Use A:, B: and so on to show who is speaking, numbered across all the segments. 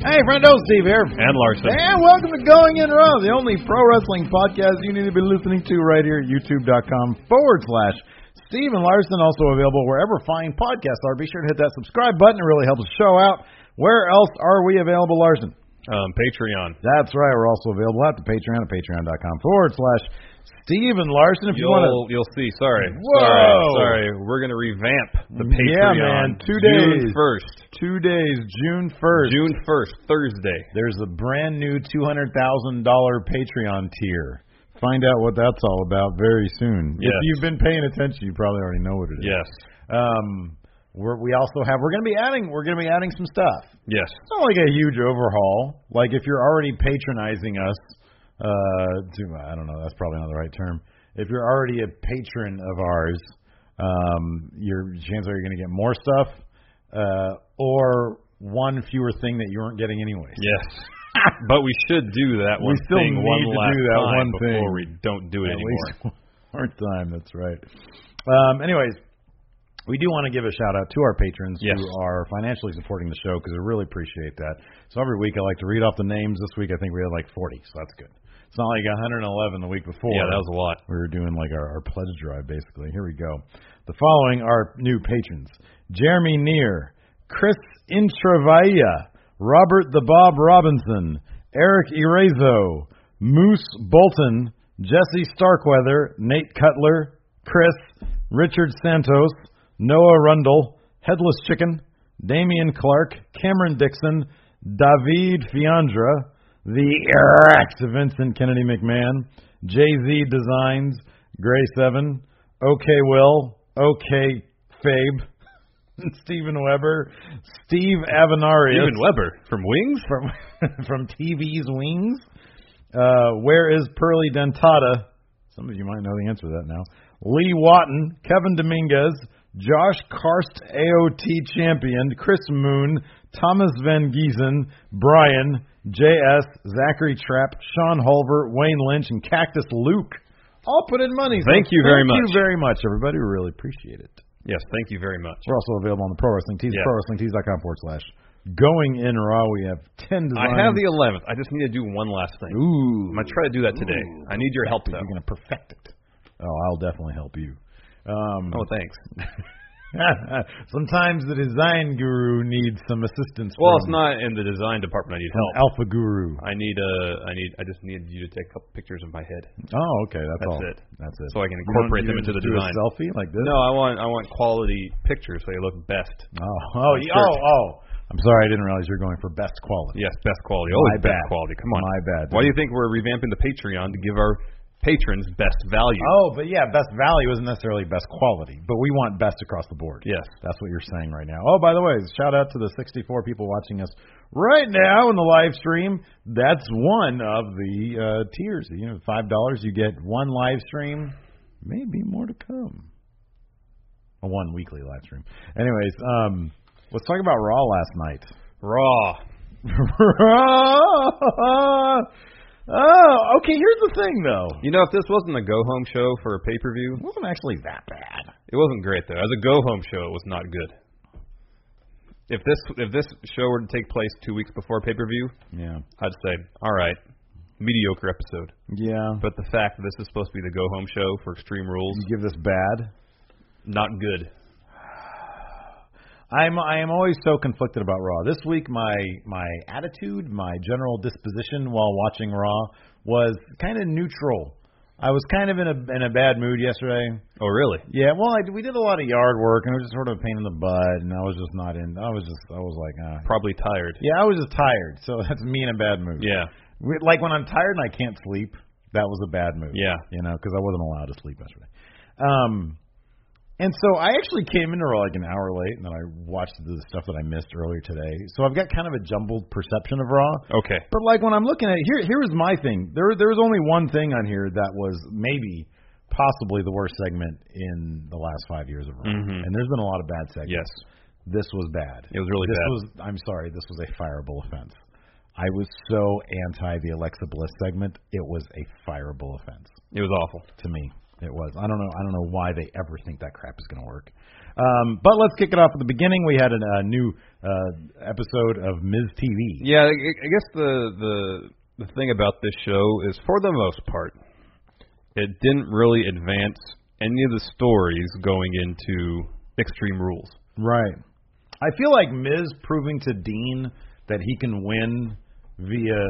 A: Hey, friendo, Steve here.
B: And Larson.
A: And welcome to Going In Raw, the only pro wrestling podcast you need to be listening to right here at youtube.com forward slash Steve and Larson. Also available wherever fine podcasts are. Be sure to hit that subscribe button. It really helps the show out. Where else are we available, Larson?
B: Um, Patreon.
A: That's right. We're also available at the Patreon at patreon.com forward slash Steve and Larson. If you
B: You'll,
A: want to
B: you'll see. Sorry.
A: Whoa.
B: Sorry. Sorry. We're going to revamp the Patreon.
A: Yeah, man. Two days.
B: June 1st.
A: two days, June 1st.
B: June 1st, Thursday.
A: There's a brand new $200,000 Patreon tier. Find out what that's all about very soon. If
B: Yes.
A: you've been paying attention, you probably already know what it is.
B: Yes.
A: Um, we're, we also have we're going to be adding we're going to be adding some stuff.
B: Yes.
A: It's not like a huge overhaul. Like if you're already patronizing us, uh, to, I don't know, that's probably not the right term. If you're already a patron of ours, um, your chances are you're going to get more stuff, uh, or one fewer thing that you weren't getting anyway.
B: Yes. but we should do that
A: We
B: one
A: still
B: thing
A: need
B: one
A: to
B: last
A: do that one
B: time before
A: thing.
B: we don't do it
A: At
B: anymore.
A: least more time. That's right. Um, anyways, we do want to give a shout out to our patrons
B: Yes.
A: who are financially supporting the show because we really appreciate that. So every week I like to read off the names. This week I think we had like 40, so that's good. It's not like 111 the week before.
B: Yeah, that was a lot.
A: We were doing like our, our pledge drive basically. Here we go. The following are new patrons: Jeremy Neer, Chris Intravaya, Robert the Bob Robinson, Eric Erazo, Moose Bolton, Jesse Starkweather, Nate Cutler, Chris, Richard Santos, Noah Rundle, Headless Chicken, Damian Clark, Cameron Dixon, David Fiandra, the Rex, Vincent Kennedy McMahon, Jay Z Designs, Gray Seven, OK Will, OK Fabe, Stephen Weber, Steve Avenarius
B: Steven Weber from Wings?
A: from from TV's Wings. Uh, where is Pearly Dentata? Some of you might know the answer to that now. Lee Watton, Kevin Dominguez, Josh Karst, AOT champion, Chris Moon, Thomas Van Giesen, Brian, JS, Zachary Trapp, Sean Holver, Wayne Lynch, and Cactus Luke. All put in money. So
B: Thank you very
A: Thank
B: much.
A: you very much, everybody. We really appreciate it.
B: Yes, thank you very much.
A: We're also available on the Pro Wrestling Tees,
B: Yeah.
A: Pro Wrestling Tees.com forward slash. Going in raw, we have ten
B: I
A: designs.
B: have the 11th. I just need to do one last thing.
A: Ooh.
B: I'm going to try to do that today.
A: Ooh.
B: I need your help,
A: Perfect.
B: though.
A: You're going to perfect it. Oh, I'll definitely help you. Um,
B: Oh, thanks.
A: sometimes the design guru needs some assistance.
B: Well, it's
A: from
B: not in the design department. I need
A: an
B: help.
A: alpha guru.
B: I need a. I need. I just need you to take a couple pictures of my head.
A: Oh, okay, that's,
B: That's
A: all.
B: it.
A: That's it.
B: So I can
A: You
B: incorporate
A: don't-
B: them
A: you
B: into the
A: do
B: design.
A: A selfie like this?
B: No, I want. I want quality pictures so they look best.
A: Oh, oh,
B: I'm
A: yeah, oh, oh. I'm sorry, I didn't realize you're going for best quality.
B: Yes, best quality. Always
A: My
B: best
A: bad.
B: quality. Come on.
A: My bad.
B: Why do you think we're revamping the Patreon to give our patrons best value?
A: Oh, but yeah, best value isn't necessarily best quality, but we want best across the board.
B: Yes.
A: That's what you're saying right now. Oh, by the way, shout out to the 64 people watching us right now in the live stream. That's one of the uh, tiers. You know, five dollars, you get one live stream, maybe more to come. A one weekly live stream. Anyways, um, let's talk about Raw last night.
B: Raw.
A: Raw. Oh, okay. Here's the thing, though.
B: You know, if this wasn't a go home show for a pay per view,
A: It wasn't actually that bad.
B: it wasn't great though. As a go home show, it was not good. If this if this show were to take place two weeks before pay per view,
A: Yeah.
B: I'd say, all right, mediocre episode.
A: Yeah.
B: But the fact that this is supposed to be the go home show for Extreme Rules,
A: You give this bad.
B: not good.
A: I'm I am always so conflicted about Raw. This week my my attitude, my general disposition while watching Raw was kind of neutral. I was kind of in a in a bad mood yesterday.
B: Oh, really?
A: Yeah, well, I, we did a lot of yard work and it was just sort of a pain in the butt, and I was just not in. I was just I was like, uh,
B: Probably tired.
A: yeah, I was just tired, so that's me in a bad mood.
B: Yeah.
A: We- like when I'm tired and I can't sleep, that was a bad move.
B: Yeah.
A: you know, because I wasn't allowed to sleep yesterday. Um, and so I actually came into Raw like an hour late, and then I watched the stuff that I missed earlier today. So I've got kind of a jumbled perception of Raw.
B: Okay.
A: But like when I'm looking at it, here, here was my thing. There, there was only one thing on here that was maybe, possibly the worst segment in the last five years of Raw.
B: Mhm.
A: And there's been a lot of bad segments.
B: Yes.
A: This was bad.
B: It was really
A: this
B: bad.
A: was. I'm sorry. This was a fireable offense. I was so anti the Alexa Bliss segment. It was a fireable offense
B: It was awful.
A: to me. It was. I don't know. I don't know why they ever think that crap is going to work. Um, but let's kick it off at the beginning. We had a uh, new uh, episode of Ms. TV.
B: Yeah, I I guess the the the thing about this show is, for the most part, it didn't really advance any of the stories going into Extreme Rules.
A: Right. I feel like Miz proving to Dean that he can win via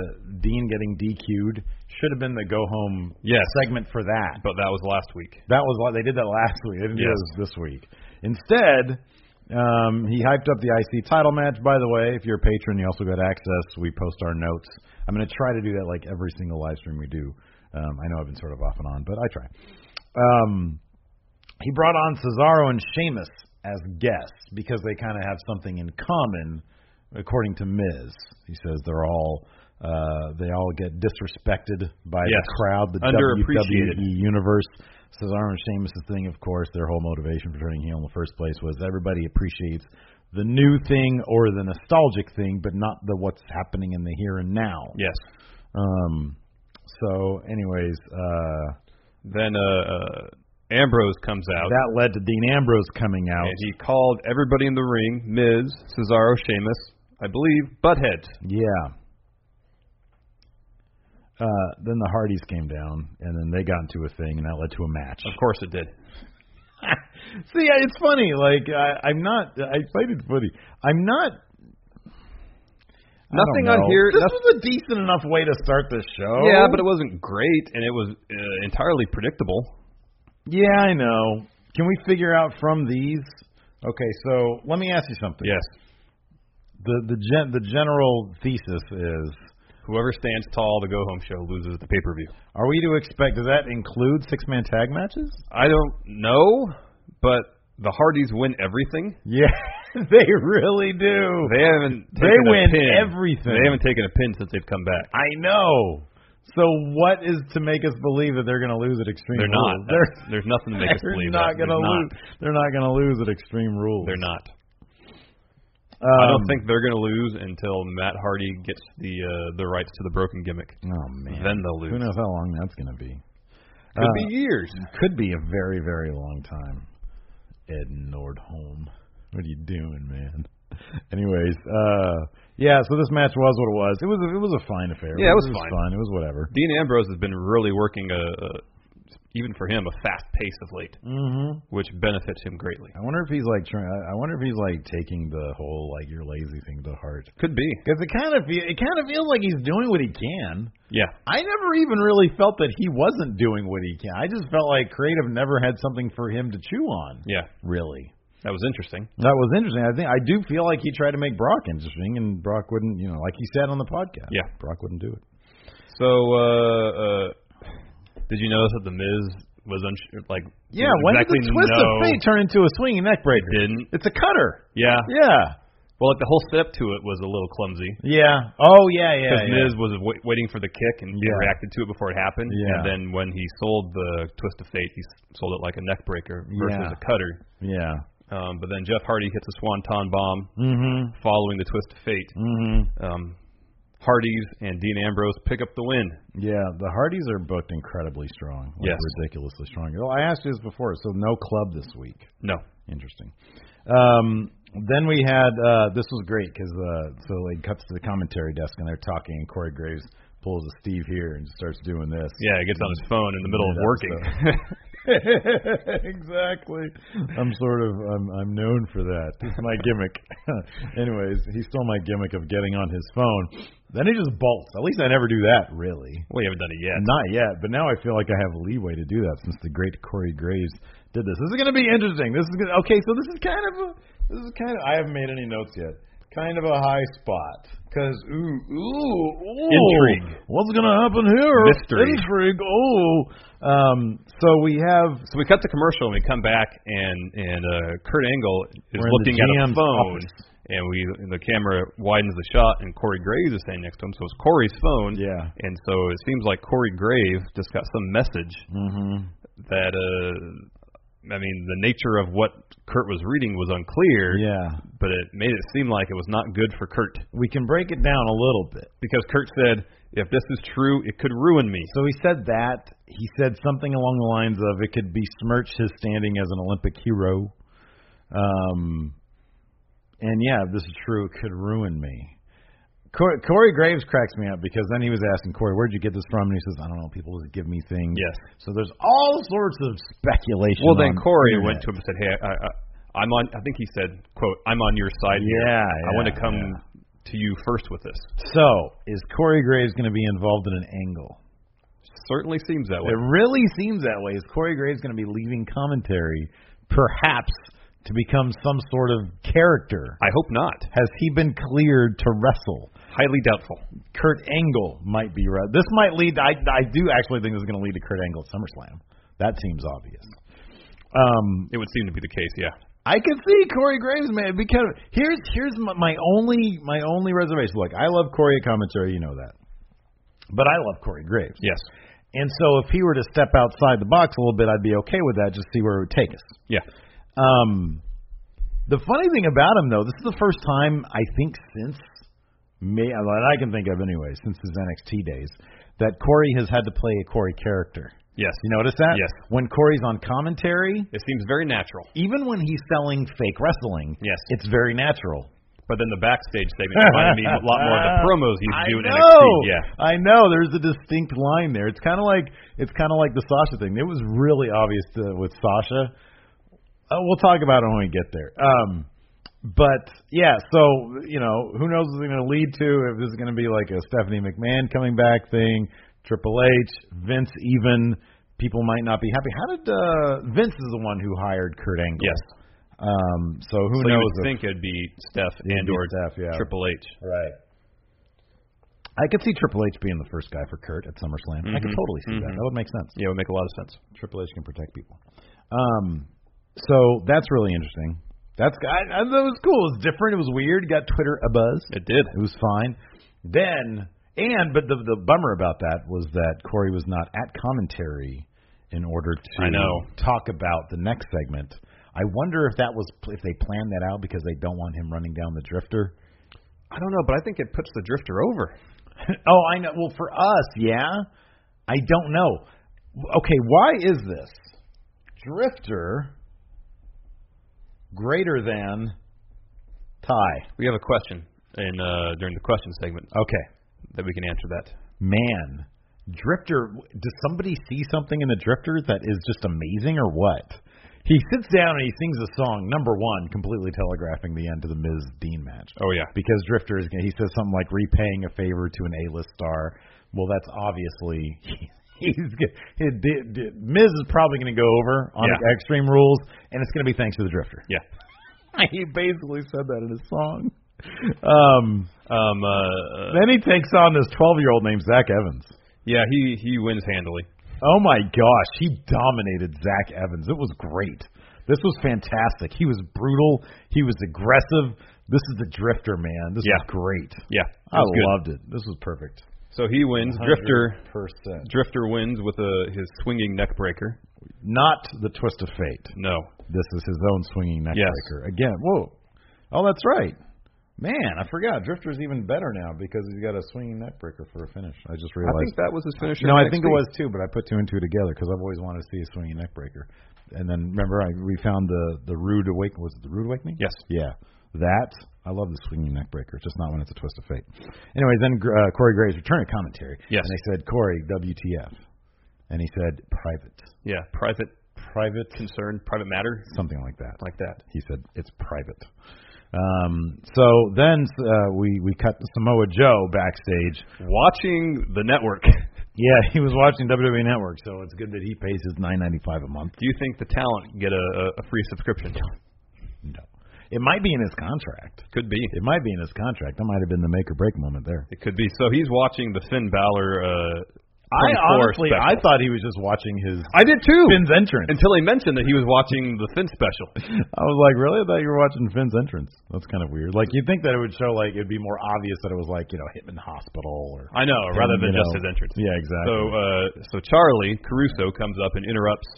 A: Dean getting DQ'd should have been the go home
B: Yes.
A: segment for that.
B: But that was last week.
A: That was why they did that last week. They didn't
B: Yes.
A: do this this week. Instead, um, he hyped up the IC title match. By the way, if you're a patron, you also got access. We post our notes. I'm going to try to do that like every single live stream we do. Um, I know I've been sort of off and on, but I try. Um, he brought on Cesaro and Sheamus as guests because they kind of have something in common, according to Miz. He says they're all uh, they all get disrespected by
B: Yes.
A: the crowd, the E
B: Underappreciated.
A: WWE universe. Cesaro and Sheamus' thing, of course, their whole motivation for turning heel in the first place was everybody appreciates the new thing or the nostalgic thing, but not the what's happening in the here and now.
B: Yes.
A: Um. So, anyways, uh,
B: Then uh, uh Ambrose comes out
A: that led to Dean Ambrose coming out.
B: and he called everybody in the ring, Miz, Cesaro, Sheamus, I believe, buttheads.
A: Yeah. Uh, then the Hardys came down, and then they got into a thing, and that led to a match.
B: Of course it did.
A: See, I- it's funny. Like I, I'm not. I find it funny. I'm not. I don't
B: Nothing on
A: know.
B: here-
A: This
B: noth-
A: was a decent enough way to start the show.
B: Yeah, but it wasn't great, and it was uh, entirely predictable.
A: yeah, I know. Can we figure out from these? Okay, so let me ask you something.
B: Yes.
A: The the gen, the general thesis is:
B: Whoever stands tall, the go home show loses the pay per view.
A: Are we to expect? Does that include six man tag matches?
B: I don't know, but the Hardys win everything.
A: Yeah, they really do.
B: They haven't
A: They
B: taken
A: win
B: a pin.
A: everything.
B: They haven't taken a pin since they've come back.
A: I know. So what is to make us believe that they're going to lose at Extreme
B: They're not.
A: Rules? They're
B: That's- There's nothing to make us
A: they're
B: believe
A: not
B: that.
A: going to
B: There's not.
A: lose. They're not going to lose at Extreme Rules.
B: They're not.
A: Um,
B: I don't think they're going to lose until Matt Hardy gets the uh, the rights to the broken gimmick.
A: Oh man.
B: Then they'll lose.
A: Who knows how long that's going to be?
B: Could
A: Uh,
B: be years.
A: Could be a very very long time. Ed Nordholm, what are you doing, man? Anyways, uh, yeah. So this match was what it was. It was a, it was a fine affair.
B: Yeah, it was
A: was
B: fine.
A: fun. It was whatever.
B: Dean Ambrose has been really working a, a even for him a fast pace of late,
A: Mm-hmm.
B: which benefits him greatly.
A: I wonder if he's like trying. I wonder if he's like taking the whole like you're lazy thing to heart.
B: Could be.
A: Because it kind of fe- it kind of feels like he's doing what he can.
B: Yeah.
A: I never even really felt that he wasn't doing what he can. I just felt like creative never had something for him to chew on.
B: Yeah.
A: Really.
B: That was interesting.
A: That was interesting. I think I do feel like he tried to make Brock interesting, and Brock wouldn't. You know, like he said on the podcast.
B: Yeah.
A: Brock wouldn't do it.
B: So, uh, uh, did you notice that the Miz was unsure? Like,
A: Yeah,
B: didn't
A: when
B: exactly
A: did the twist
B: know,
A: of fate turn into a swinging neck breaker?
B: Didn't.
A: It's a cutter.
B: Yeah.
A: Yeah.
B: Well, like the whole setup to it was a little clumsy.
A: Yeah. Oh yeah, yeah.
B: Because
A: yeah.
B: Miz was w- waiting for the kick and he
A: Yeah.
B: reacted to it before it happened.
A: Yeah.
B: And then when he sold the Twist of Fate, he s- sold it like a neck breaker versus
A: Yeah.
B: a cutter.
A: yeah.
B: Um, but then Jeff Hardy hits a swanton bomb
A: Mhm.
B: following the Twist of Fate.
A: Mhm.
B: Um, Hardy's and Dean Ambrose pick up the win.
A: Yeah, the Hardys are booked incredibly strong. Like
B: Yes.
A: ridiculously strong. Well, I asked you this before, so no club this week.
B: No.
A: Interesting. Um, then we had uh, this was great because uh, so like cuts to the commentary desk and they're talking and Corey Graves pulls a Steve here and starts doing this.
B: Yeah, he gets on his phone in the middle of
A: Yeah,
B: working.
A: exactly. I'm sort of I'm I'm known for that. It's my gimmick. Anyways, he stole my gimmick of getting on his phone. Then he just bolts. At least I never do that, really.
B: well, you haven't done it yet.
A: Not yet, but now I feel like I have leeway to do that since the great Corey Graves did this. This is going to be interesting. This is gonna, okay. So this is kind of a this is kind of I haven't made any notes yet. Kind of a high spot because ooh ooh ooh
B: Intrigue.
A: What's going to happen here?
B: Mystery.
A: Intrigue. Oh, um. So we have
B: So we cut to commercial and we come back and and uh, Kurt Angle
A: We're
B: is
A: in
B: looking
A: the
B: at a
A: GM's
B: phone
A: office.
B: and we and the camera widens the shot and Corey Graves is standing next to him so it's Corey's phone
A: Yeah.
B: and so it seems like Corey Graves just got some message
A: Mm-hmm.
B: that uh I mean the nature of what Kurt was reading was unclear
A: yeah.
B: but it made it seem like it was not good for Kurt
A: We can break it down a little bit.
B: because Kurt said if this is true it could ruin me
A: So he said that. He said something along the lines of it could besmirch his standing as an Olympic hero. Um, and yeah, if this is true. It could ruin me. Cor- Corey Graves cracks me up because then he was asking Corey, "Where'd you get this from?" And he says, "I don't know. People just give me things."
B: Yes.
A: So there's all sorts of speculation.
B: Well,
A: on
B: then Corey
A: internet.
B: went to him and said, "Hey, I, I, I'm on. I think he said, quote, I'm on your side. here.
A: Yeah,
B: I want
A: yeah,
B: to come
A: yeah.
B: to you first with this.
A: So is Corey Graves going to be involved in an angle?
B: Certainly seems that way.
A: It really seems that way. Is Corey Graves going to be leaving commentary, perhaps to become some sort of character?
B: I hope not.
A: Has he been cleared to wrestle?
B: Highly doubtful.
A: Kurt Angle might be. Re- this might lead. I I do actually think this is going to lead to Kurt Angle at SummerSlam. That seems obvious. Um,
B: It would seem to be the case. Yeah.
A: I could see Corey Graves, man, because here's here's my, my only my only reservation. Look, I love Corey at commentary, you know that, but I love Corey Graves.
B: Yes.
A: And so if he were to step outside the box a little bit, I'd be okay with that. Just see where it would take us.
B: Yeah.
A: Um, the funny thing about him, though, this is the first time I think since May uh, that I can think of, anyway, since his NXT days, that Corey has had to play a Corey character.
B: Yes.
A: You notice that?
B: Yes.
A: When Corey's on commentary,
B: It seems very natural.
A: even when he's selling fake wrestling,
B: Yes.
A: it's very natural.
B: But then the backstage segment reminded me a lot more of the promos he used
A: I
B: to do in
A: know.
B: NXT. Yeah.
A: I know. There's a distinct line there. It's kind of like it's kind of like the Sasha thing. It was really obvious to, with Sasha. Uh, we'll talk about it when we get there. Um, but yeah, so you know, who knows what it's going to lead to? If this is going to be like a Stephanie McMahon coming back thing, Triple H, Vince, even people might not be happy. How did uh, Vince is the one who hired Kurt Angle?
B: Yes.
A: Um, so who
B: so you
A: knows? if-
B: would think it'd be Steph
A: It'd
B: and
A: be
B: or
A: Steph, yeah.
B: Triple H.
A: Right. I could see Triple H being the first guy for Kurt at SummerSlam. I
B: Mm-hmm.
A: could totally see that. That would make sense.
B: Yeah, it would make a lot of sense.
A: Triple H can protect people. Um, so that's really interesting. That's I, I, that was cool. It was different. It was weird. Got Twitter a buzz.
B: It did.
A: It was fine. Then and but the the bummer about that was that Corey was not at commentary in order to
B: I know.
A: talk about the next segment. I wonder if that was if they planned that out because they don't want him running down the drifter.
B: I don't know, but I think it puts the Drifter over.
A: oh, I know. Well, for us, yeah. I don't know. Okay, why is this? Drifter greater than tie.
B: We have a question in uh, during the question segment
A: Okay.
B: that we can answer that.
A: Man, Drifter, does somebody see something in the Drifter that is just amazing or what? He sits down and he sings a song, number one, completely telegraphing the end to the Miz Dean match.
B: Oh yeah.
A: because Drifter is gonna- he says something like repaying a favor to an A-list star. Well, that's obviously he's gonna- it, did- did- Miz is probably going to go over on
B: Yeah.
A: Extreme Rules, and it's going to be thanks to the Drifter.
B: Yeah.
A: he basically said that in his song. Um,
B: Um, uh,
A: then he takes on this 12 year old named Zach Evans.
B: yeah, he he wins handily.
A: Oh my gosh, he dominated Zach Evans. It was great. This was fantastic. He was brutal. He was aggressive. This is the drifter, man. This
B: Yeah.
A: was great.
B: Yeah,
A: I
B: that's good.
A: loved it. This was perfect.
B: So he wins. Drifter
A: percent.
B: Drifter wins with a his swinging neck breaker.
A: Not the twist of fate.
B: No,
A: This is his own swinging neck
B: Yes.
A: breaker again. Whoa! Oh, that's right. Man, I forgot. Drifter's even better now because he's got a swinging neck breaker for a finish. I just
B: I
A: realized.
B: think that was his finisher.
A: No, I
B: next
A: think it
B: week.
A: was too, but I put two and two together because I've always wanted to see a swinging neck breaker. And then remember, I we found the the rude awakening. Was it the rude awakening?
B: Yes.
A: Yeah, that I love the swinging neck breaker. It's just not when it's a twist of fate. Anyways, then uh, Corey Gray's return to commentary.
B: Yes.
A: And they said Corey WTF, and he said private,
B: Yeah, private
A: private,
B: concern, private matter,
A: something like that.
B: like that.
A: He said it's private. Um, so then uh, we we cut to Samoa Joe backstage.
B: Watching the network. Do
A: Yeah, he was watching WWE Network, so it's good that he pays his nine ninety five a month.
B: you think the talent get a, a- a free subscription?
A: No. It might be in his contract.
B: Could be.
A: It might be in his contract. That might have been the make or break moment there.
B: It could be. So he's watching the Finn Balor. Uh, 24 special.
A: I thought he was just watching his
B: I did too.
A: Finn's entrance.
B: Until he mentioned that he was watching the Finn special.
A: I was like, really? I thought you were watching Finn's entrance. That's kind of weird. Like you'd think that it would show like it'd be more obvious that it was like you know Hitman Hospital or
B: I know, rather
A: Him,
B: than
A: you
B: just
A: know.
B: his entrance.
A: Yeah, exactly.
B: So, uh, so Charlie Caruso comes up and interrupts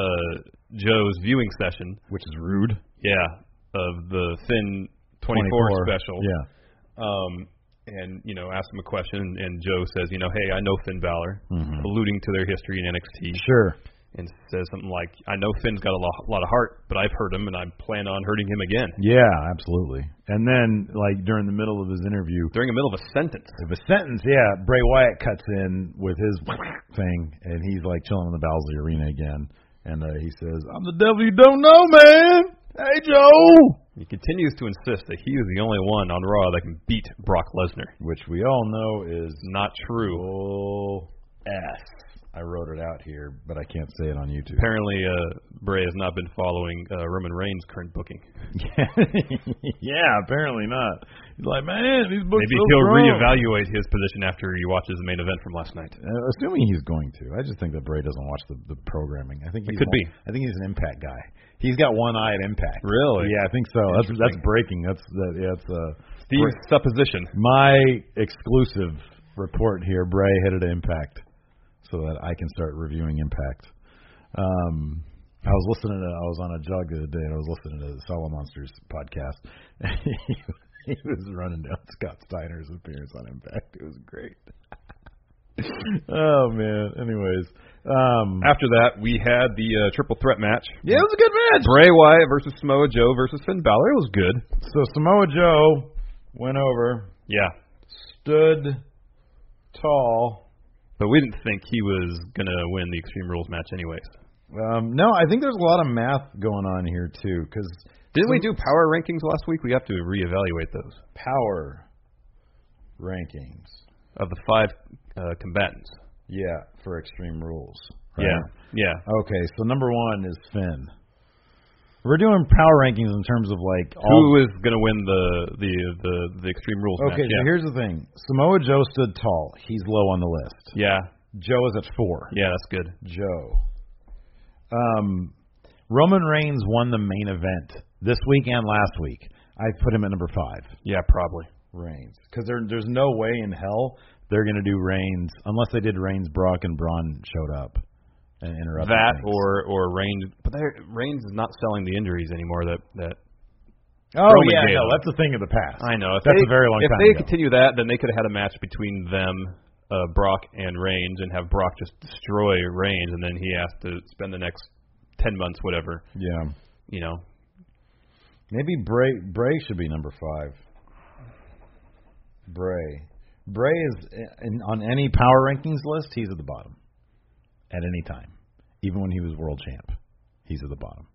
B: uh, Joe's viewing session.
A: which is rude.
B: Yeah, of the Finn 24,
A: 24.
B: special.
A: Yeah.
B: Um, and you know, asks him a question, and Joe says, you know, hey, I know Finn Balor, alluding to their history in NXT,
A: Mm-hmm. Sure.
B: and says something like, I know Finn's got a lot, lot of heart, but I've hurt him, and I plan on hurting him again.
A: Yeah, absolutely. And then like during the middle of his interview,
B: During the middle of a sentence.
A: If a sentence, yeah, Bray Wyatt cuts in with his thing, and he's like chilling in the bowels of the arena again, and uh, he says, "I'm the devil you don't know, man. Hey, Joe."
B: He continues to insist that he is the only one on Raw that can beat Brock Lesnar.
A: Which we all know is
B: Not true.
A: bull s. I wrote it out here, but I can't say it on YouTube.
B: Apparently, uh, Bray has not been following uh, Roman Reigns' current booking.
A: yeah, apparently not. He's like, man, these books.
B: Maybe
A: so
B: he'll
A: strong."
B: reevaluate his position after he watches the main event from last night.
A: Uh, assuming he's going to. I just think that Bray doesn't watch the, the programming. I think he's
B: could
A: one-
B: be.
A: I think he's an Impact guy. He's got one eye at Impact.
B: Really?
A: Yeah, I think so. That's that's
B: Interesting.
A: breaking. That's that, yeah, that's uh,
B: Steve's
A: Bray-
B: supposition.
A: my exclusive report here. Bray headed to Impact, so that I can start reviewing Impact. Um, I was listening to I was on a jog the other day and I was listening to the Solo Monsters podcast. he was running down Scott Steiner's appearance on Impact. It was great. oh man. Anyways, um,
B: After that, we had the uh, triple threat match.
A: yeah, it was a good match.
B: Bray Wyatt versus Samoa Joe versus Finn Balor. It was good.
A: So Samoa Joe went over,
B: Yeah.
A: stood tall.
B: But we didn't think he was going to win the Extreme Rules match anyways.
A: Um, no, I think there's a lot of math going on here too, because
B: Didn't we do power rankings last week? We have to reevaluate those.
A: power rankings.
B: Of the five uh, combatants.
A: Yeah, for Extreme Rules.
B: Yeah. Yeah.
A: Okay, so number one is Finn. We're doing power rankings in terms of like all.
B: Who is going to win the the the, the Extreme Rules
A: okay,
B: match?
A: so here's the thing: Samoa Joe stood tall. He's low on the list.
B: yeah.
A: Joe is at four.
B: yeah, yeah, that's good.
A: Joe. Um, Roman Reigns won the main event this week and last week. I put him at number five.
B: Yeah, probably.
A: Reigns because there there's no way in hell they're gonna do Reigns unless they did Reigns Brock and Braun showed up and interrupted
B: That
A: things.
B: or or Reigns, but they're- Reigns is not selling the injuries anymore. That that
A: oh
B: Roman
A: yeah
B: Reigns.
A: no that's a thing of the past
B: I know. If
A: that's
B: they,
A: a very long
B: If
A: time
B: they
A: ago.
B: continue that, then they could have had a match between them, uh, Brock and Reigns, and have Brock just destroy Reigns, and then he has to spend the next ten months, whatever.
A: yeah
B: You know,
A: maybe Bray Bray should be number five Bray Bray is eh, in, on any power rankings list he's at the bottom at any time even when he was world champ he's at the bottom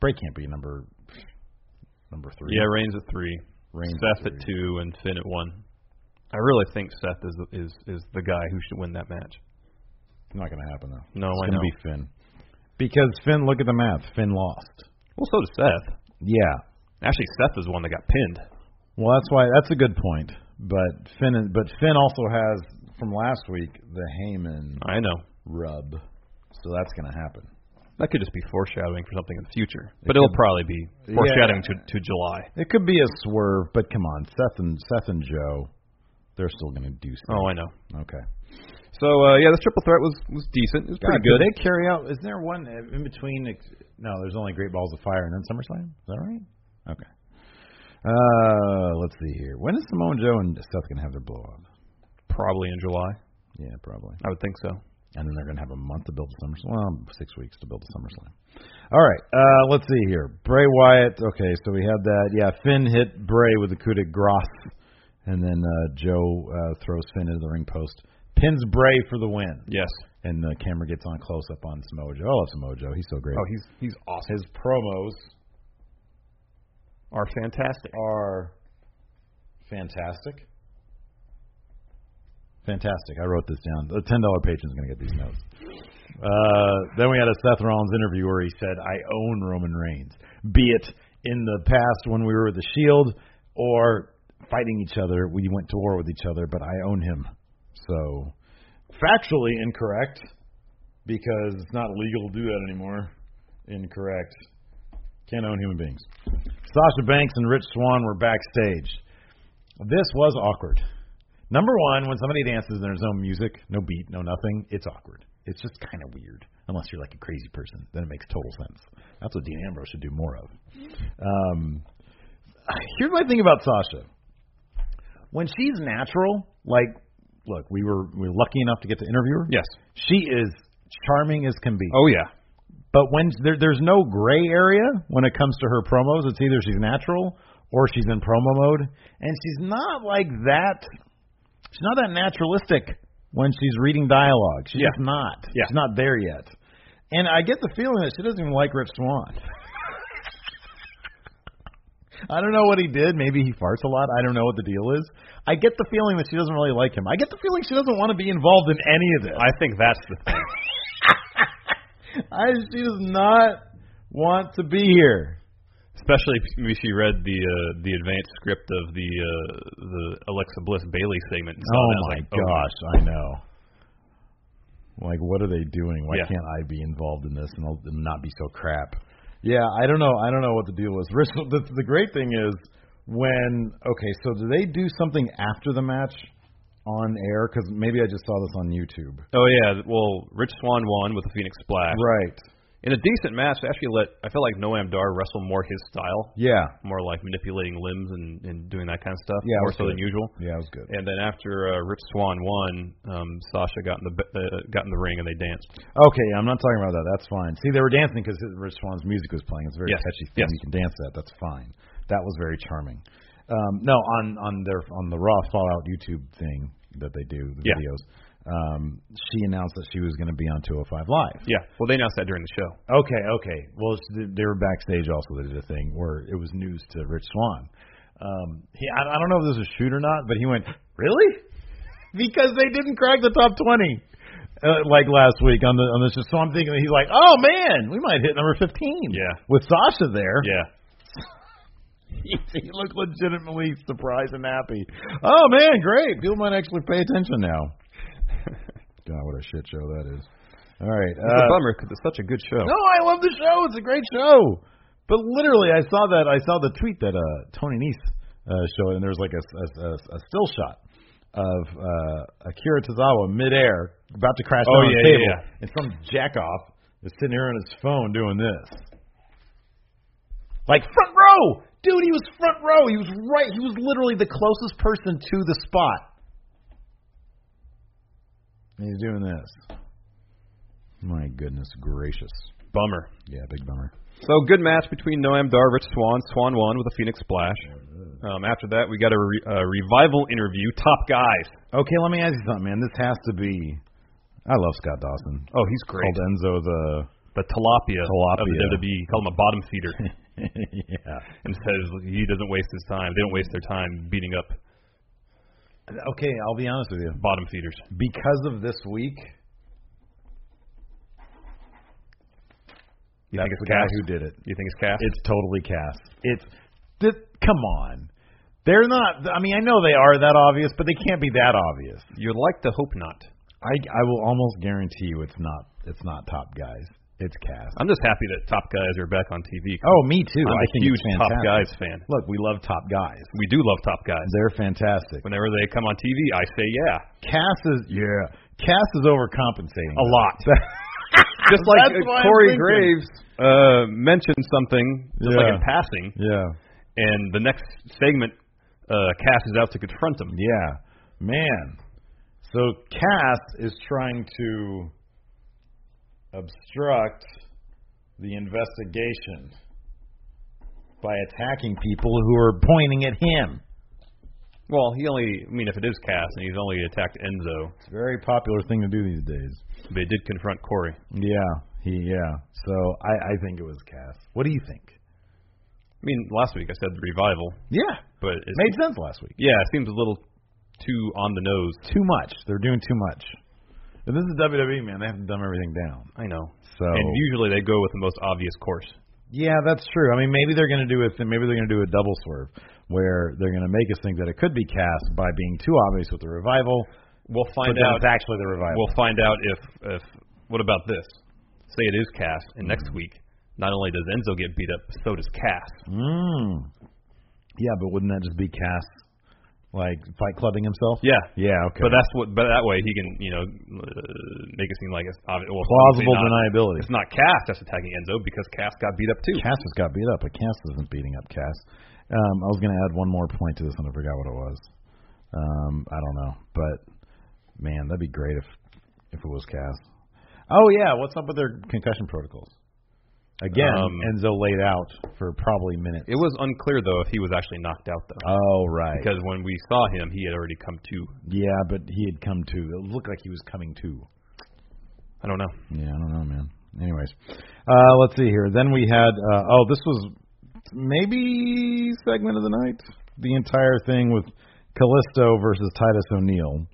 A: Bray can't be number number three
B: yeah, Reigns at three,
A: Reigns
B: Seth
A: three.
B: at two, and Finn at one. I really think Seth is the- is is the guy who should win that match.
A: Not going to happen though.
B: No,
A: it's
B: I
A: gonna
B: know.
A: be Finn. Because Finn, look at the math. Finn lost.
B: Well, so does Seth.
A: Yeah,
B: Actually, Seth is the one that got pinned.
A: Well, that's why that's a good point. But Finn, and- but Finn also has from last week the Heyman
B: I know.
A: rub, so that's going to happen.
B: That could just be foreshadowing for something in the future, but it'll probably be foreshadowing to, to July.
A: It could be a swerve, but come on, Seth and Seth and Joe, they're still going to do something.
B: Oh, I know.
A: Okay.
B: So uh, yeah, this triple threat was was decent. It was pretty
A: God, do
B: good.
A: They carry out. Is there one in between? ex- No, there's only Great Balls of Fire and then SummerSlam. Is that right? Okay. Uh, let's see here. When is Samoa Joe and Seth gonna have their blow up?
B: Probably in July,
A: Yeah, probably.
B: I would think so.
A: And then they're gonna have a month to build a SummerSlam. Well, six weeks to build a SummerSlam. All right. Uh, let's see here. Bray Wyatt. Okay, so we had that. Yeah, Finn hit Bray with a coup de grace, and then uh, Joe uh, throws Finn into the ring post, pins Bray for the win.
B: Yes.
A: And the camera gets on close up on Samoa Joe. I love Samoa Joe. He's so great.
B: Oh, he's he's awesome.
A: His promos
B: are fantastic.
A: are fantastic. Fantastic. I wrote this down. The ten dollar patron's gonna get these notes. Uh, then we had a Seth Rollins interview where he said, "I own Roman Reigns, be it in the past when we were with the Shield or fighting each other. We went to war with each other, but I own him." So factually incorrect because it's not legal to do that anymore. Incorrect. Can't own human beings. Sasha Banks and Rich Swan were backstage. This was awkward. Number one, when somebody dances and there's no music, no beat, no nothing, it's awkward. It's just kind of weird, unless you're like a crazy person. Then it makes total sense. That's what Dean Ambrose should do more of. Um, here's my thing about Sasha. When she's natural, like, look, we were we were lucky enough to get to interview her.
B: Yes.
A: She is charming as can be.
B: Oh yeah.
A: But when there, there's no gray area when it comes to her promos, it's either she's natural or she's in promo mode, and she's not like that. She's not that naturalistic when she's reading dialogue. She's
B: Yeah.
A: just not.
B: Yeah.
A: She's not there yet. And I get the feeling that she doesn't even like Rich Swan. I don't know what he did. Maybe he farts a lot. I don't know what the deal is. I get the feeling that she doesn't really like him. I get the feeling she doesn't want to be involved in any of this.
B: I think that's the thing.
A: I she does not want to be here.
B: Especially if maybe she read the uh, the advanced script of the uh, the Alexa Bliss Bailey segment. And saw
A: oh
B: that. I was
A: my
B: like,
A: gosh, I know. Like what are they doing? Why
B: Yeah.
A: can't I be involved in this and, I'll, and not be so crap? Yeah, I don't know. I don't know what the deal was. Rich, the, the great thing is when okay, so do they do something after the match on air? Because maybe I just saw this on YouTube.
B: Oh yeah. Well, Rich Swan won with the Phoenix Splash
A: Right.
B: in a decent match. They actually let I felt like Noam Dar wrestle more his style,
A: Yeah.
B: more like manipulating limbs and and doing that kind of stuff.
A: Yeah, it
B: More
A: was
B: so than
A: good.
B: usual.
A: Yeah, it was good.
B: And then after uh, Rich Swan won, um, Sasha got in the b- uh, got in the ring and they danced.
A: Okay, I'm not talking about that. That's fine. See, they were dancing because Rich Swan's music was playing. It's a very
B: Yes,
A: catchy thing.
B: yes.
A: You can dance to that. That's fine. That was very charming. Um, no, on on their on the Raw Fallout YouTube thing that they do the
B: Yeah.
A: videos, um, she announced that she was going to be on 205 Live.
B: Yeah. Well, they announced that during the show.
A: Okay, okay. Well, it's- they- they were backstage also. They did a thing where it was news to Rich Swan. Um, he, I, I don't know if this was shoot or not, but he went, "Really?" because they didn't crack the top twenty uh, like last week on the on the show. So I'm thinking that he's like, "Oh man, we might hit number fifteen.
B: Yeah.
A: with Sasha there.
B: Yeah.
A: he looked legitimately surprised and happy. Oh man, great! People might actually pay attention now. God, what a shit show that is. All right,
B: It's a
A: uh,
B: bummer because it's such a good show.
A: no, I love the show. It's a great show. But literally, I saw that. I saw the tweet that uh, Tony Nese uh, showed, and there was like a, a, a, a still shot of uh, Akira Tozawa midair, about to crash
B: Oh,
A: down on
B: yeah,
A: the table,
B: yeah, yeah.
A: and some jackoff is sitting here on his phone doing this, like front row, dude. He was front row. He was right. He was literally the closest person to the spot. And he's doing this. My goodness gracious.
B: Bummer.
A: Yeah, big bummer.
B: So good match between Noam Dar, Rich Swan. Swan won with a Phoenix Splash. Um, after that, we got a re- uh, revival interview. Top guys.
A: Okay, let me ask you something, man. This has to be. I love Scott Dawson.
B: Oh, he's great.
A: Called Enzo the.
B: The tilapia, of the
A: Tilapia.
B: WWE. He called him a bottom feeder
A: yeah.
B: and says he doesn't waste his time. They don't waste their time beating up
A: Okay, I'll be honest with you.
B: bottom feeders.
A: Because of this week,
B: You
A: that's
B: think it's
A: the guy
B: Cass?
A: who did it.
B: You think it's Cass?
A: It's totally Cass. It's Th come on. They're not. I mean, I know they are that obvious, but they can't be that obvious.
B: You'd like to hope not.
A: I I will almost guarantee you it's not it's not top guys. It's cast.
B: I'm just happy that Top Guys are back on TV.
A: Oh, me too. I
B: I'm a
A: think
B: huge
A: it's
B: Top
A: fantastic.
B: Guys fan.
A: Look, we love Top Guys.
B: We do love Top Guys.
A: They're fantastic.
B: Whenever they come on TV, I say yeah.
A: Cass is yeah. Cass is overcompensating
B: A lot. just like
A: That's why I'm
B: uh, Corey
A: thinking.
B: Graves uh, mentioned something, just like
A: Yeah.
B: in passing,
A: yeah.
B: and the next segment, uh, Cass is out to confront him.
A: Yeah, man. So Cass is trying to obstruct the investigation by attacking people who are pointing at him.
B: Well, he only, I mean, if it is Cass, and he's only attacked Enzo,
A: It's a very popular thing to do these days.
B: but he did confront Corey.
A: Yeah, he yeah. So I I think it was Cass. What do you think?
B: I mean, last week I said the revival,
A: Yeah,
B: but it's,
A: made sense last week.
B: yeah, it seems a little too on the nose.
A: Too much. They're doing too much. And this is WWE, man. They have to dumb everything down.
B: I know.
A: So
B: And usually they go with the most obvious course.
A: Yeah, that's true. I mean, maybe they're going to do a th- maybe they're going to do a double swerve where they're going to make us think that it could be cast by being too obvious with the revival.
B: We'll
A: but
B: find
A: then
B: out.
A: it's actually the revival.
B: We'll find out if if what about this? Say it is Cass, and next
A: Mm-hmm.
B: week, not only does Enzo get beat up, so does Cass.
A: mm. Yeah, but wouldn't that just be cast like fight clubbing himself?
B: Yeah.
A: Yeah, okay.
B: But that's what. But that way he can, you know, uh, make it seem like it's obvious. Well,
A: plausible
B: obviously not,
A: deniability.
B: It's not Cass that's attacking Enzo because Cass got beat up too.
A: Cass has got beat up, but Cass isn't beating up Cass. Um, I was going to add one more point to this, and I forgot what it was. Um, I don't know, but man, that'd be great if if it was Cass. Oh yeah, what's up with their concussion protocols? Again,
B: Um,
A: Enzo laid out for probably minutes.
B: It was unclear though if he was actually knocked out though,
A: oh right,
B: because when we saw him, he had already come to.
A: yeah, but he had come to. It looked like he was coming to.
B: I don't know.
A: Yeah, I don't know, man. Anyways, uh, let's see here. Then we had uh, oh, this was maybe segment of the night. The entire thing with Callisto versus Titus O'Neil.